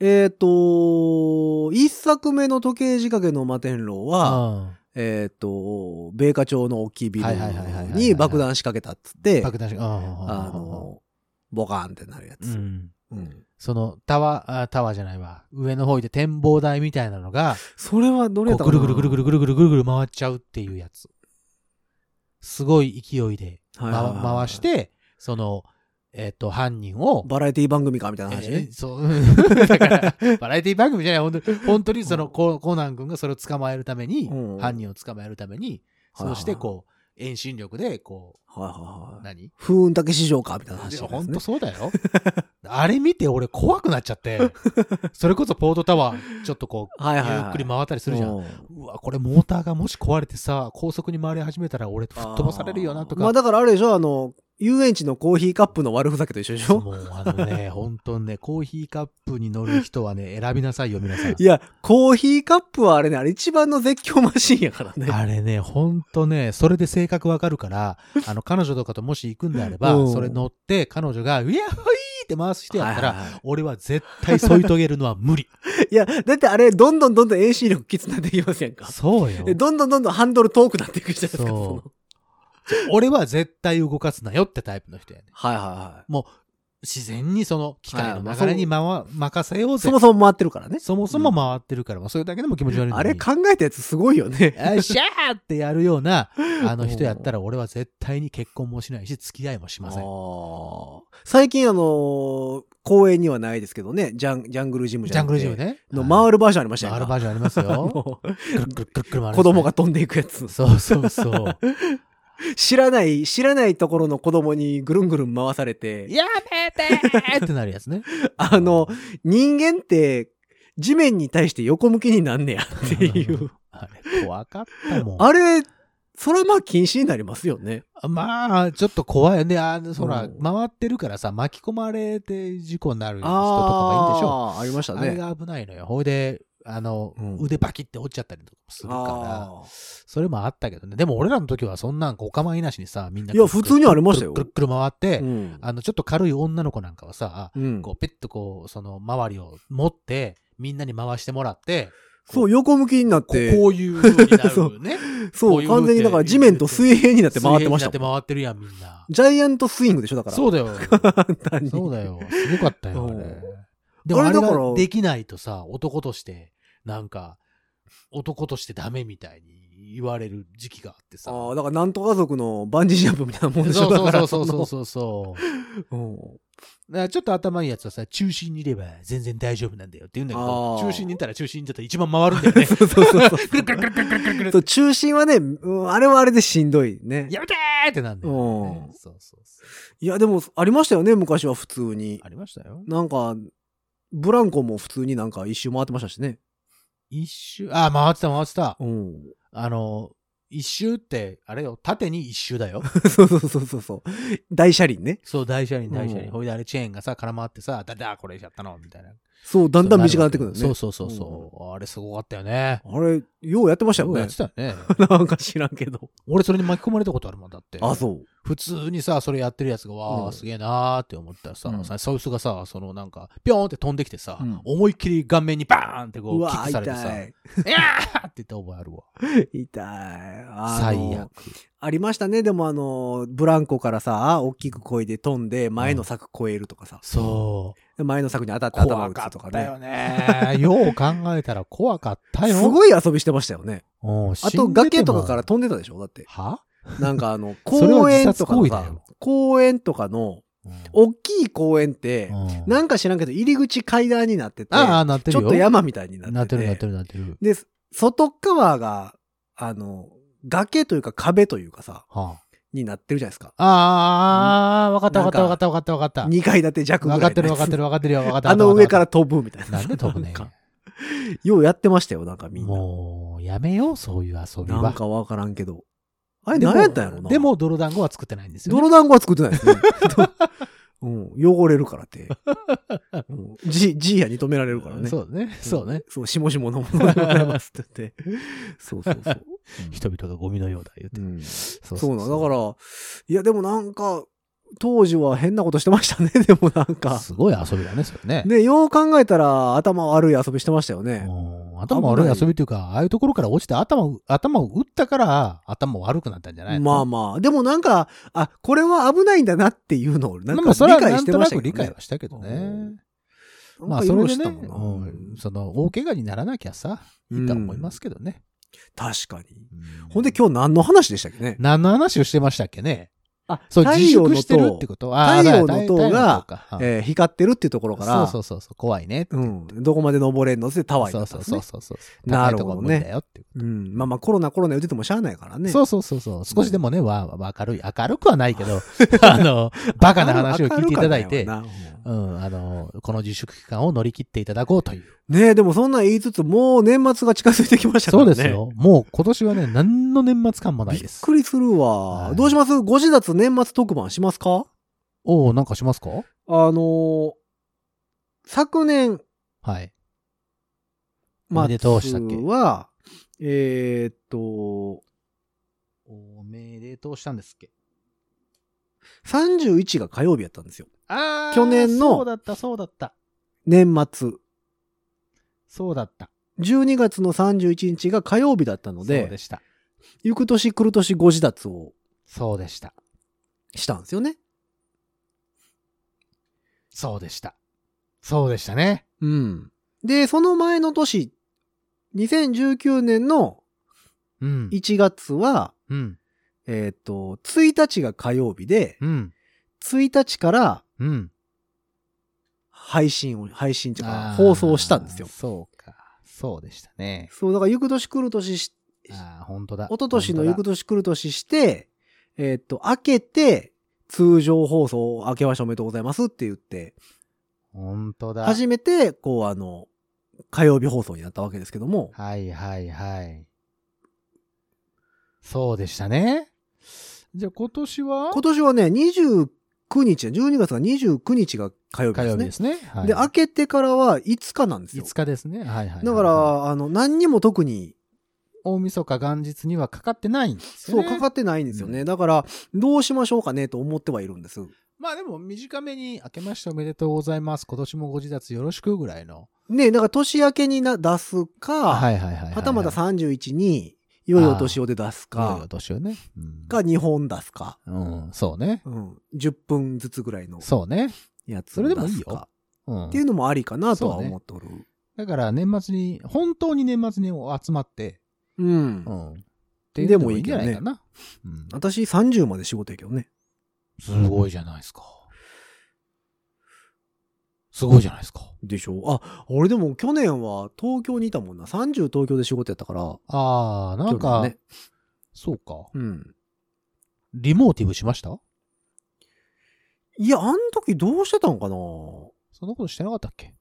Speaker 2: えっと、一作目の時計仕掛けの摩天楼は、
Speaker 3: うん
Speaker 2: えっ、と、米花町の大きいビル
Speaker 3: はいはいはいはいはいはい
Speaker 2: に爆弾仕掛けたっつって、
Speaker 3: 爆弾し、うんうんうんうんうん
Speaker 2: あの、ボカーンってなるや
Speaker 3: う
Speaker 2: つ。
Speaker 3: ん、
Speaker 2: うん
Speaker 3: そのタワー、あタワーじゃないわ。上の方行って展望台みたいなのが、
Speaker 2: それはどれや
Speaker 3: こう
Speaker 2: ったか
Speaker 3: ぐ
Speaker 2: な
Speaker 3: るぐるぐるぐるぐるぐるぐるぐる回っちゃうっていうやつ。すごい勢いで、
Speaker 2: は
Speaker 3: ま
Speaker 2: いはいはい
Speaker 3: 回して、その、えっ、と、犯人を、
Speaker 2: バラエティ番組かみたいな話
Speaker 3: え
Speaker 2: ね
Speaker 3: ー。そう、うん [LAUGHS] だから、バラエティ番組じゃない、本当に、本当にその、
Speaker 2: うん
Speaker 3: ココナン君がそれを捕まえるために、
Speaker 2: うん
Speaker 3: 犯人を捕まえるために、
Speaker 2: はいはい
Speaker 3: そうして、こう、遠心力で、こ
Speaker 2: はいは
Speaker 3: う、
Speaker 2: いはい。
Speaker 3: 何
Speaker 2: 風雲竹市場かみたいな話、ね。
Speaker 3: 本当そうだよ。あれ見て俺怖くなっち
Speaker 2: [LAUGHS]
Speaker 3: ゃって。それこそポートタワー、ちょっとこう、
Speaker 2: はい
Speaker 3: ゆ
Speaker 2: はいはい。
Speaker 3: っくり回ったりするじゃん。
Speaker 2: う。
Speaker 3: うわ、これモーターがもし壊れてさ、高速に回り始めたら俺吹っ飛ばされるよなと
Speaker 2: あーま
Speaker 3: か
Speaker 2: あ。だからあれでしょ、あの、遊園地のコーヒーカップの悪ふざけと一緒でしょ
Speaker 3: もうあの
Speaker 2: [LAUGHS]
Speaker 3: ね、本当にね、コーヒーカップに乗る人はね、選びなさいよ、皆さん
Speaker 2: い。や、コーヒーカップはあれね、あれ一番の絶叫マシンやからね。
Speaker 3: あれね、ほんとね、それで性格わかるから、あの、彼女とかともし行くんであれば、
Speaker 2: うん
Speaker 3: それ乗って、彼女が、ウィヤホイーって回す人やったら、
Speaker 2: はいはいはい
Speaker 3: 俺は絶対添い遂げるのは
Speaker 2: [LAUGHS]
Speaker 3: 無理。
Speaker 2: いや、だってあれ、どんどんどんどん遠心力きつくなっていきませんか。
Speaker 3: そうよ
Speaker 2: で、。どんどんどんどんハンドル遠くなっていくじゃないですか。
Speaker 3: そう
Speaker 2: その
Speaker 3: 俺は絶対動かすなよってタイプの人やね。
Speaker 2: はいはいはい。
Speaker 3: 自然にその機械の流れに、ま、任せようぜ。
Speaker 2: そもそも回ってるからね。
Speaker 3: そもそも回ってるから、もうそれだけでも気持ち悪いのに
Speaker 2: あれ考えたやつすごいよね。
Speaker 3: よっしゃーってやるよ
Speaker 2: [LAUGHS]
Speaker 3: うな、あの人やったら俺は絶対に結婚もしないし、付き合いもしませ
Speaker 2: あ
Speaker 3: ん。
Speaker 2: ー最近あのー公園にはないですけどね、ジャンジャングルジムじ
Speaker 3: ジャ
Speaker 2: ゃ
Speaker 3: ン
Speaker 2: な
Speaker 3: グ
Speaker 2: く
Speaker 3: ル
Speaker 2: て
Speaker 3: ジムね。
Speaker 2: の
Speaker 3: はい
Speaker 2: 回るバージョンありましたよ
Speaker 3: あるバージョンあ
Speaker 2: [LAUGHS]
Speaker 3: りますよ。くるくるくるくる回るんですね
Speaker 2: 子供が。飛んでいくやつ。
Speaker 3: そうそ
Speaker 2: [LAUGHS]
Speaker 3: うそう。
Speaker 2: 知らない、知らないところの子供にぐるんぐるん回されて、
Speaker 3: やめてーってなるやつね。
Speaker 2: [LAUGHS] あの、人間って地面に対して横向きになんねやっていう。
Speaker 3: あれ、怖かったもん。
Speaker 2: あれ、それはまあ禁止になりますよね。
Speaker 3: まあ、ちょっと怖いよね。あの、そら
Speaker 2: うん、
Speaker 3: 回ってるからさ、巻き込まれて事故になる人とかがいるでしょ。
Speaker 2: ああー、ありました
Speaker 3: あれ
Speaker 2: ね。
Speaker 3: が危ないのよ。ほいで、あの、
Speaker 2: うん
Speaker 3: 腕バキって折っちゃったりとかもするから、
Speaker 2: あー
Speaker 3: それもあったけどね。でも俺らの時はそんなんお構いなしにさ、みんな。
Speaker 2: いや普通にありましたよ
Speaker 3: くるくるくる回って、
Speaker 2: うん
Speaker 3: あの、ちょっと軽い女の子なんかはさ、
Speaker 2: うん
Speaker 3: こう、ペッとこう、その、周りを持って、みんなに回してもらって、
Speaker 2: そう、横向きになっ
Speaker 3: こ
Speaker 2: て、
Speaker 3: こういう風になるね。こ
Speaker 2: [LAUGHS] そう、
Speaker 3: いうう風
Speaker 2: 完全にだから地面と水平になって回ってまし
Speaker 3: 水平にな
Speaker 2: た
Speaker 3: って
Speaker 2: もん。
Speaker 3: 回ってるやん、みんな。
Speaker 2: ジャイアントスイングでしょ、だから。
Speaker 3: そう
Speaker 2: [LAUGHS]
Speaker 3: だよ。
Speaker 2: 簡単に
Speaker 3: そうだよ。すごかったよ、あ
Speaker 2: う
Speaker 3: れ
Speaker 2: ん。
Speaker 3: でも
Speaker 2: あ
Speaker 3: あ
Speaker 2: れ
Speaker 3: れ
Speaker 2: だから
Speaker 3: ができないとさ、男として、なんか、男としてダメみたいに言われる時期があってさ。
Speaker 2: ああ、だからなんとか族のバンジージャンプみたいなもんでし
Speaker 3: そ
Speaker 2: ょ、だか
Speaker 3: う
Speaker 2: ら。
Speaker 3: そうそうそ
Speaker 2: そ
Speaker 3: うそうそう。
Speaker 2: の
Speaker 3: だからちょっと頭いいやつはさ、中心にいれば全然大丈夫なんだよって言うんだけど
Speaker 2: あ、ー
Speaker 3: 中心にいたら中心にいたら一番回るんだよね。
Speaker 2: うん [LAUGHS] そうそうそう。
Speaker 3: くるくるくるくるくるくるくる
Speaker 2: そう中心はね、うんあれはあれでしんどいね。いや、
Speaker 3: やめてーってなんだよね。
Speaker 2: うん
Speaker 3: そうそうそう。
Speaker 2: でも、ありましたよね、昔は普通に
Speaker 3: あ。りましたよ。
Speaker 2: なんか、ブランコも普通になんか一周回ってましたしね。
Speaker 3: 一周、あ、回ってた回ってた。
Speaker 2: うん。
Speaker 3: あの、一周って、あれよ、縦に一周だよ。
Speaker 2: [LAUGHS] そうそうそうそうそう。大車輪ね。
Speaker 3: そう、大車輪、大車
Speaker 2: う
Speaker 3: 輪。
Speaker 2: ん
Speaker 3: ほいであれチェーンがさ、絡まってさ、だだ、これやったのみたいな。
Speaker 2: そう、だんだん短くなってくるよね。
Speaker 3: そうそうそうそう。あれすごかったよね。
Speaker 2: あれ、ようやってましたよ
Speaker 3: ようや
Speaker 2: ね
Speaker 3: っ。てたよね。
Speaker 2: [LAUGHS] なんか知らんけど。
Speaker 3: 俺それに巻き込まれたことあるもんだって。
Speaker 2: あ、そう。
Speaker 3: 普通にさ、それやってるやつが、わ
Speaker 2: う
Speaker 3: あ、
Speaker 2: ん
Speaker 3: すげえなーって思ったらさ、
Speaker 2: うん
Speaker 3: さそいつがさ、そのなんか、ぴょーんって飛んできてさ、
Speaker 2: うん
Speaker 3: 思いっきり顔面にバーンってこ
Speaker 2: う
Speaker 3: う、
Speaker 2: わ
Speaker 3: キックされてさ、い
Speaker 2: 痛
Speaker 3: [LAUGHS] や
Speaker 2: い。
Speaker 3: ーって言った覚えあるわ。
Speaker 2: 痛い。あの
Speaker 3: 最悪。
Speaker 2: ありましたね。でもあの、ブランコからさ、大きく声で飛んで、前の柵越えるとかさ。
Speaker 3: そう。
Speaker 2: で前の柵に当たって頭
Speaker 3: 怖
Speaker 2: 打
Speaker 3: か
Speaker 2: つとか
Speaker 3: ったよ
Speaker 2: ね。
Speaker 3: ね。 [LAUGHS] よう考えたら怖かったよ。
Speaker 2: すごい遊びしてましたよね。
Speaker 3: うん。
Speaker 2: あ
Speaker 3: 死んでて
Speaker 2: と、
Speaker 3: も
Speaker 2: 崖とかから。飛んでたでしょだ
Speaker 3: [LAUGHS]
Speaker 2: って。
Speaker 3: は
Speaker 2: なんかあの、
Speaker 3: [LAUGHS] それは
Speaker 2: 公
Speaker 3: 自
Speaker 2: 園
Speaker 3: 殺
Speaker 2: とかの
Speaker 3: 行為だ
Speaker 2: さ
Speaker 3: よ、
Speaker 2: 公園とかの、大きい公園って、
Speaker 3: な
Speaker 2: なんか知らんけど、入り口階段になってて、
Speaker 3: ああ、なって
Speaker 2: ち
Speaker 3: るよ。
Speaker 2: ょっと山みたいにな
Speaker 3: なっ
Speaker 2: って
Speaker 3: て
Speaker 2: て。
Speaker 3: るなってるなってる。
Speaker 2: で、外側が、あの、崖というか壁というかさ、
Speaker 3: は
Speaker 2: になってるじゃないですか。
Speaker 3: ああー、わかったわかったわかったわかったわかった。
Speaker 2: 2階建て弱ぐら
Speaker 3: わ
Speaker 2: い
Speaker 3: か
Speaker 2: の
Speaker 3: ってるわかって
Speaker 2: や
Speaker 3: るわかってるよ。わかっ
Speaker 2: つ [LAUGHS]
Speaker 3: た
Speaker 2: あの上か。
Speaker 3: わ
Speaker 2: ら飛ぶみたい
Speaker 3: った
Speaker 2: な。
Speaker 3: なんで飛ぶ
Speaker 2: な。ん
Speaker 3: ね
Speaker 2: かようやってましたよ、なんかみんな。
Speaker 3: もう、やめよう、そういう遊びは。
Speaker 2: なんかわからんけど。あ
Speaker 3: で
Speaker 2: れ
Speaker 3: も、
Speaker 2: 何やったんやろな。
Speaker 3: で、も、泥団子は作ってないんですよね。
Speaker 2: 泥団子は作ってないですね。 [LAUGHS] うん、汚れるからって。うん、G、G や認められるからね。
Speaker 3: そうだね。そうね。
Speaker 2: そう、しもしものものでございますって言って。そうそうそう。
Speaker 3: 人々がゴミのようだ言う
Speaker 2: うん、
Speaker 3: て。そ
Speaker 2: そうなんだから、いやでもなんか、当時は変なことしてましたね、 [LAUGHS] でもなんか。
Speaker 3: すごい遊びだね、それね。
Speaker 2: ね、よう考えたら頭悪い遊びしてましたよね。
Speaker 3: うん頭悪い遊びというか、ああいうところから落ちて頭を、頭を打ったから、頭悪くなったんじゃないの
Speaker 2: まあまあ。でもなんか、あ、これは危ないんだなっていうのを、なん
Speaker 3: ま
Speaker 2: か
Speaker 3: あそれ
Speaker 2: 理
Speaker 3: は
Speaker 2: 解
Speaker 3: な
Speaker 2: し
Speaker 3: ん
Speaker 2: て
Speaker 3: と
Speaker 2: ま
Speaker 3: な
Speaker 2: した
Speaker 3: く
Speaker 2: け
Speaker 3: 理
Speaker 2: どね
Speaker 3: 解。はしたけど
Speaker 2: う
Speaker 3: ね
Speaker 2: ん。
Speaker 3: まあ、
Speaker 2: なん
Speaker 3: そ
Speaker 2: か
Speaker 3: れ
Speaker 2: よう
Speaker 3: で
Speaker 2: した
Speaker 3: ね、
Speaker 2: もんな
Speaker 3: うんその、大怪我にならなきゃさ、いいと思いますけどね。
Speaker 2: 確かに。
Speaker 3: うん
Speaker 2: ほんで今日何の話でしたっけね。
Speaker 3: 何の話をしてましたっけね
Speaker 2: あ、
Speaker 3: そう、
Speaker 2: 太
Speaker 3: 自
Speaker 2: 陽
Speaker 3: 粛
Speaker 2: の
Speaker 3: してるって
Speaker 2: 塔、
Speaker 3: ことあー
Speaker 2: 太陽の
Speaker 3: だ
Speaker 2: 塔
Speaker 3: 太陽
Speaker 2: が
Speaker 3: 塔か
Speaker 2: えー光ってるっていうところ
Speaker 3: うん
Speaker 2: から、
Speaker 3: そうそうそうそう、怖いね。
Speaker 2: うん、どこまで登れんのってタワーに
Speaker 3: そ
Speaker 2: な
Speaker 3: う
Speaker 2: ったん
Speaker 3: そう
Speaker 2: です
Speaker 3: そ
Speaker 2: ね
Speaker 3: う。そうそう。
Speaker 2: なる
Speaker 3: 高いと
Speaker 2: ほ
Speaker 3: こ
Speaker 2: どね
Speaker 3: 無理だよっていう
Speaker 2: うん、まあまあコロナコロナ言っててもしゃあないからね。
Speaker 3: そうそうそうそう。少しでもね、わ、わ明るい。明るくはない
Speaker 2: [LAUGHS]
Speaker 3: けど、あの、バカな話を聞いていただいて
Speaker 2: 明る、かったんやろな
Speaker 3: うん、あの、この自粛期間を乗り切っていただこうという。
Speaker 2: ねえ、でもそんなん言いつつ、もう年末が近づいてきましたから
Speaker 3: そう
Speaker 2: ね。
Speaker 3: です。よ。もう今年はね、何の年末感もな
Speaker 2: び
Speaker 3: い
Speaker 2: っ
Speaker 3: です。
Speaker 2: くりするわ。
Speaker 3: はい
Speaker 2: どうしますご自立年末特番しますか
Speaker 3: おおなんかしますか
Speaker 2: あのー昨年
Speaker 3: はい。
Speaker 2: 末
Speaker 3: おめでとうしたっけ
Speaker 2: は、えーっと、
Speaker 3: おめでとうしたんですっけ
Speaker 2: 31が火曜日やったんですよ。
Speaker 3: あー
Speaker 2: 去年の
Speaker 3: そうだった、そうだった。
Speaker 2: 年末。
Speaker 3: そうだった。
Speaker 2: 12月の31日が火曜日だったの
Speaker 3: そう
Speaker 2: で、
Speaker 3: でした。
Speaker 2: ゆく年来る年ご自立を
Speaker 3: そうでした。
Speaker 2: したんですよね。
Speaker 3: そうでした。そうでしたね。
Speaker 2: うん。で、その前の年、2019年の
Speaker 3: うん。
Speaker 2: 1月は、
Speaker 3: うん。
Speaker 2: えーっ、と、1日が火曜日で、
Speaker 3: うん。
Speaker 2: 1日から
Speaker 3: うん。
Speaker 2: 配信を、配信っていうか
Speaker 3: あー、
Speaker 2: 放送したんですよ。
Speaker 3: そうか。そうでしたね。
Speaker 2: そう、だから、ゆく年来る年し、
Speaker 3: ああ、本当だ。
Speaker 2: 一昨年のゆく
Speaker 3: と
Speaker 2: 年来る年して、えーっ、と、明けて、通常放送を明けましておめでとうございますって言って、
Speaker 3: 本当だ。
Speaker 2: 初めて、こう、あの、火曜日放送になったわけですけども、
Speaker 3: はいはいはい。そうでしたね。じゃあ今年は
Speaker 2: 今年はね、29日、12月が29日が火曜日
Speaker 3: 火
Speaker 2: で
Speaker 3: 曜
Speaker 2: す
Speaker 3: 日
Speaker 2: ね
Speaker 3: で。すね。はい
Speaker 2: で、明けてからは5日なんですよ
Speaker 3: 5。日ですね。はいはいはい。
Speaker 2: だから、あの、何にも特に、
Speaker 3: 大晦日元日にはかかってないんです
Speaker 2: そ
Speaker 3: よ
Speaker 2: う、
Speaker 3: ね。
Speaker 2: かかってないんですよ
Speaker 3: う
Speaker 2: ね。だから、どうしましょうかね、と思ってはいるんです。
Speaker 3: まあでも短めに明けましておめでとうございます。今年もご自立よろしくぐらいの。
Speaker 2: ね、だから年明けにな出すか、
Speaker 3: はいはいはいはい。
Speaker 2: はたまた31に、良いお年をで出す
Speaker 3: か。いよい
Speaker 2: か
Speaker 3: よ、年をね。うん
Speaker 2: が2本出すか、
Speaker 3: うん、そうね。
Speaker 2: うん、10分ずつぐらいの
Speaker 3: そうね。
Speaker 2: やつ
Speaker 3: そ
Speaker 2: を
Speaker 3: れ
Speaker 2: 出
Speaker 3: です
Speaker 2: か
Speaker 3: もいいよ。うん
Speaker 2: っていうのもありかなとは思っとる。
Speaker 3: だから年末に、本当に年末に集まって、
Speaker 2: うん
Speaker 3: うん。って
Speaker 2: で
Speaker 3: いうの
Speaker 2: も
Speaker 3: も
Speaker 2: い
Speaker 3: い
Speaker 2: い
Speaker 3: いん
Speaker 2: け
Speaker 3: じゃ
Speaker 2: どね
Speaker 3: ないかな。うん
Speaker 2: 私30まで仕事やけどね。
Speaker 3: すごいじゃないですか。すごいじゃないですか。
Speaker 2: でしょあ、俺でも去年は東京にいたもんな。30東京で仕事やったから。
Speaker 3: ああ、なん
Speaker 2: 去
Speaker 3: か、
Speaker 2: 年ね。
Speaker 3: そうか。
Speaker 2: うん。
Speaker 3: リモーティブしました
Speaker 2: いや、あの時どうしてたんかな
Speaker 3: そんなことしてなかったっけ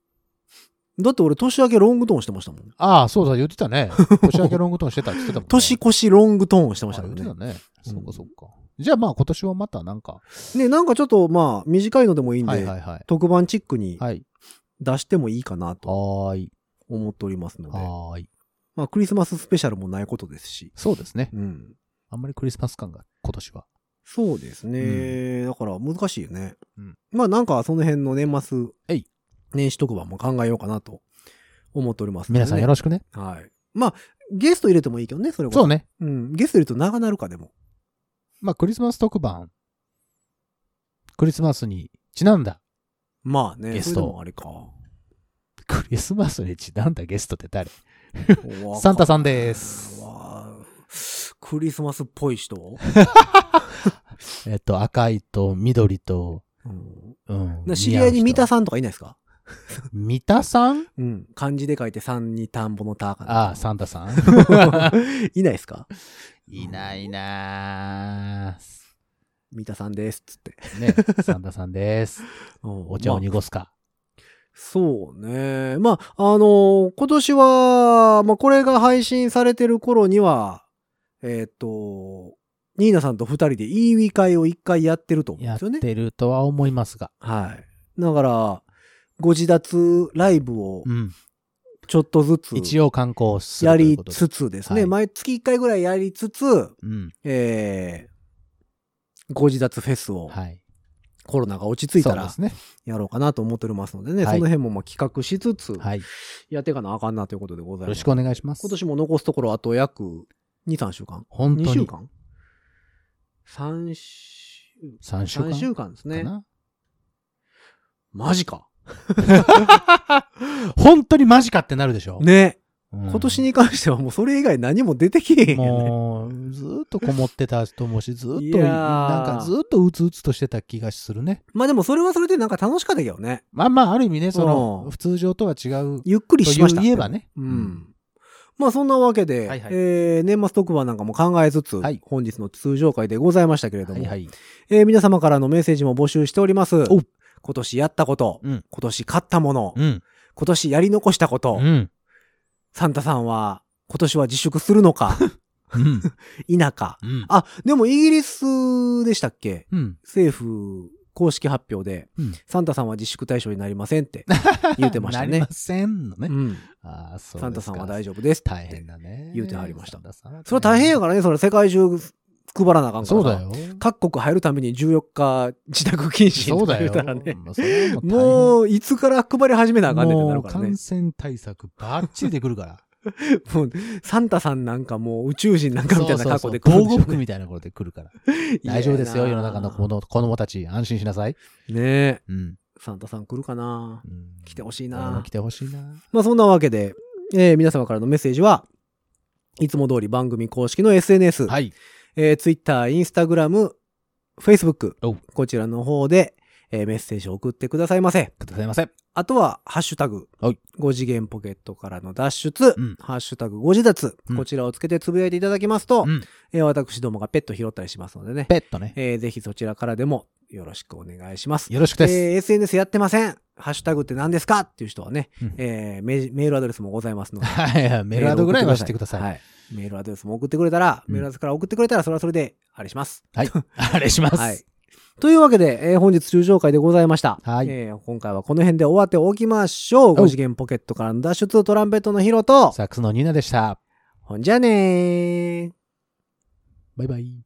Speaker 2: だって俺年明けロングトーンしてましたもん。
Speaker 3: ああ、そうだ、言ってたね。年明けロングトーンしてたって言ってたもんね、
Speaker 2: 年越しロングトーンしてました
Speaker 3: あ
Speaker 2: も
Speaker 3: 言
Speaker 2: ん
Speaker 3: って
Speaker 2: ね
Speaker 3: た。ね。
Speaker 2: うん
Speaker 3: そうか、そうか。じゃあまあ今年はまたなんか、
Speaker 2: ね、なんかちょっとまあ短いのでもいいんで、
Speaker 3: はいはいはい。
Speaker 2: 特番チックに
Speaker 3: はい。
Speaker 2: 出してもいいかなと
Speaker 3: はーい。
Speaker 2: 思っておりますので。
Speaker 3: はーい。
Speaker 2: まあクリスマススペシャルもないことですし。
Speaker 3: そうですね。
Speaker 2: うん。
Speaker 3: あんまりクリスマス感が今年は。
Speaker 2: そうですね。だから難しいよね。
Speaker 3: うん
Speaker 2: まあなんかその辺の年末
Speaker 3: えい、
Speaker 2: 年始特番も考えようかなと思っておりますのでね、
Speaker 3: 皆さんよろしくね。
Speaker 2: はい。まあ、ゲスト入れてもいいけどね、それこ
Speaker 3: そう
Speaker 2: ね。
Speaker 3: ね。
Speaker 2: うん。ゲスト入れると長なるかでも。
Speaker 3: まあクリスマス特番、クリスマスにちなんだ。
Speaker 2: まあね、
Speaker 3: ゲス
Speaker 2: そ
Speaker 3: ト
Speaker 2: れでもあれ
Speaker 3: [LAUGHS]
Speaker 2: か。
Speaker 3: クリスマスにちなんだゲストって誰
Speaker 2: わ
Speaker 3: サンタさんです。
Speaker 2: わあクリスマスっぽい人、
Speaker 3: えっと、赤いと緑と、
Speaker 2: うん
Speaker 3: うん。
Speaker 2: な知り合いに三田
Speaker 3: さ
Speaker 2: さんとかいないですか
Speaker 3: ん。三田さん
Speaker 2: うん。漢字で書いて三に田んぼの田かな。
Speaker 3: ああ、サンタさん。
Speaker 2: [LAUGHS]
Speaker 3: [LAUGHS]
Speaker 2: いないですか
Speaker 3: いないなぁ
Speaker 2: 三田さんです、つって。
Speaker 3: ね、サンタさんです。
Speaker 2: お
Speaker 3: お茶を濁すか。
Speaker 2: そうね。まあ、あの今年は、まあ、これが配信されてる頃には、えーっ、と、ニーナさんと二人で EW 会を一回やってると思うん
Speaker 3: や
Speaker 2: で
Speaker 3: っ
Speaker 2: すよね。
Speaker 3: てるとは思いますが。
Speaker 2: はい。だから、ご自立ライブを
Speaker 3: うん。
Speaker 2: ちょっとずつ
Speaker 3: 一応観光する
Speaker 2: や
Speaker 3: とい
Speaker 2: り
Speaker 3: うことで。
Speaker 2: つつですね。
Speaker 3: はい
Speaker 2: 毎月一回ぐらいやりつつ、
Speaker 3: うん。
Speaker 2: えー、ご自立フェスを
Speaker 3: はい。
Speaker 2: コロナが落ち着いた
Speaker 3: そう
Speaker 2: ら
Speaker 3: ですね。
Speaker 2: やろうかなと思っておりますのでね、
Speaker 3: はい
Speaker 2: その辺もまあ企画しつつ、
Speaker 3: はい。よ
Speaker 2: やっていかなあかんなということでござい
Speaker 3: ろ
Speaker 2: ま
Speaker 3: し
Speaker 2: す
Speaker 3: く。お願いします。
Speaker 2: 今年も残すところあと約2、3週間。
Speaker 3: 本
Speaker 2: 2
Speaker 3: 当
Speaker 2: 週
Speaker 3: に
Speaker 2: 間 ?3 週、
Speaker 3: 3週
Speaker 2: 3
Speaker 3: 間
Speaker 2: 週間です
Speaker 3: か
Speaker 2: ね。
Speaker 3: な。
Speaker 2: マジか。
Speaker 3: 本当にマジかってなるでしょ。
Speaker 2: ね。
Speaker 3: うん
Speaker 2: 今年に関してはもうそれ以外何も出てきへんよね。
Speaker 3: もう、ずーっとこもってたと思うし、ずーっと
Speaker 2: い
Speaker 3: い、
Speaker 2: やー
Speaker 3: なんかずーっとうつうつとしてた気がするね。
Speaker 2: まあでもそれはそれでなんか楽しかったけどね。
Speaker 3: まあまあ、ある意味ね、そ
Speaker 2: うん
Speaker 3: の、普通常とは違う、
Speaker 2: ゆっくりしました。
Speaker 3: と言えばね
Speaker 2: う
Speaker 3: うんん。
Speaker 2: まあそんなわけで、
Speaker 3: はいはい
Speaker 2: えー年末特番なんかも考えつつ、
Speaker 3: はい
Speaker 2: 本日の通常会でございましたけれども、
Speaker 3: はいはい。
Speaker 2: えー皆様からのメッセージも募集しております。
Speaker 3: お
Speaker 2: 今年やったこと、
Speaker 3: うん
Speaker 2: 今年買ったもの、
Speaker 3: うん。
Speaker 2: 今年やり残したこと、
Speaker 3: うん。
Speaker 2: サンタさんは今年は自粛するのか、
Speaker 3: うん。
Speaker 2: 否か。
Speaker 3: うん。
Speaker 2: あ、でもイギリスでしたっけ
Speaker 3: うん。
Speaker 2: 政府公式発表で、
Speaker 3: うん
Speaker 2: サンタさんは自粛対象になりませんって言うてました
Speaker 3: [LAUGHS] なり
Speaker 2: ね
Speaker 3: ま。せんのね。
Speaker 2: うん、
Speaker 3: ああ、そうですか。
Speaker 2: サンタさんは大
Speaker 3: 丈
Speaker 2: 丈夫ですって。
Speaker 3: 大変だね。
Speaker 2: 言うてはりました
Speaker 3: サンタさんは
Speaker 2: それは大変や
Speaker 3: か
Speaker 2: からね、それ世界中配らなあかんからさ
Speaker 3: そうだ。よ。
Speaker 2: 各国入るために14日自宅禁止と
Speaker 3: そう
Speaker 2: か
Speaker 3: だ
Speaker 2: 言
Speaker 3: よ
Speaker 2: うたらね。。
Speaker 3: もうそれはもう大変
Speaker 2: もう、いつから配り始めなあかんねんってな
Speaker 3: も
Speaker 2: る
Speaker 3: う
Speaker 2: からね
Speaker 3: 感。染対策ばっちりでくるから。
Speaker 2: もう、サンタさんなんかもう宇宙 [LAUGHS] 人なんかみたいな格好で
Speaker 3: そう
Speaker 2: 来
Speaker 3: そ
Speaker 2: るん
Speaker 3: うそ
Speaker 2: でしょ
Speaker 3: う防護
Speaker 2: う
Speaker 3: 服
Speaker 2: ね
Speaker 3: みたいなことで来るから。大丈夫ですよ、世の中の子供子供たち。安心しなさい。
Speaker 2: ねえ。
Speaker 3: うん。
Speaker 2: サンタさん来るかな
Speaker 3: うん
Speaker 2: 来てほ
Speaker 3: し
Speaker 2: しい
Speaker 3: い
Speaker 2: な
Speaker 3: 来てほしいな。
Speaker 2: まあそんなわけで、えー皆様からのメッセージは、いつも通り番組公式の SNS、
Speaker 3: はい。
Speaker 2: えー、Twitter、Instagram、Facebook
Speaker 3: お、
Speaker 2: こちらの方で、えーメッセージを送ってくださいませ。
Speaker 3: くださいませ。
Speaker 2: あとは、ハッシュタグ
Speaker 3: はい、
Speaker 2: 5次元ポケットからの脱出、
Speaker 3: うん
Speaker 2: ハッシュタグ5次脱、
Speaker 3: うん
Speaker 2: こちらをつけてつぶやいていただきますと、
Speaker 3: うん
Speaker 2: えー私どもがペット拾ったりしますのでね、
Speaker 3: ペットね。
Speaker 2: えーぜひそちらからでもよろしくお願いします。
Speaker 3: よろしくです。
Speaker 2: えー SNS やってません。ハッシュタグって何ですかっていう人はね、
Speaker 3: うん
Speaker 2: えーメ、メールアドレスもございますので。
Speaker 3: はいはい。 [LAUGHS] メールアドぐらいは知ってくだ
Speaker 2: は
Speaker 3: さい。
Speaker 2: い。メールアドレスも送ってくれたら、
Speaker 3: うん
Speaker 2: メールアドレスから送ってくれたら、それはそれで、あれします。
Speaker 3: はい。あれします。
Speaker 2: はい。というわけで、えー本日中上会でございました。
Speaker 3: はい
Speaker 2: えー今回はこの辺で終わっておきましょう。5次元ポケットからの脱出トランペットのヒロと、
Speaker 3: サックスのニーナでした。
Speaker 2: ほんじゃあねー。
Speaker 3: バイバイ。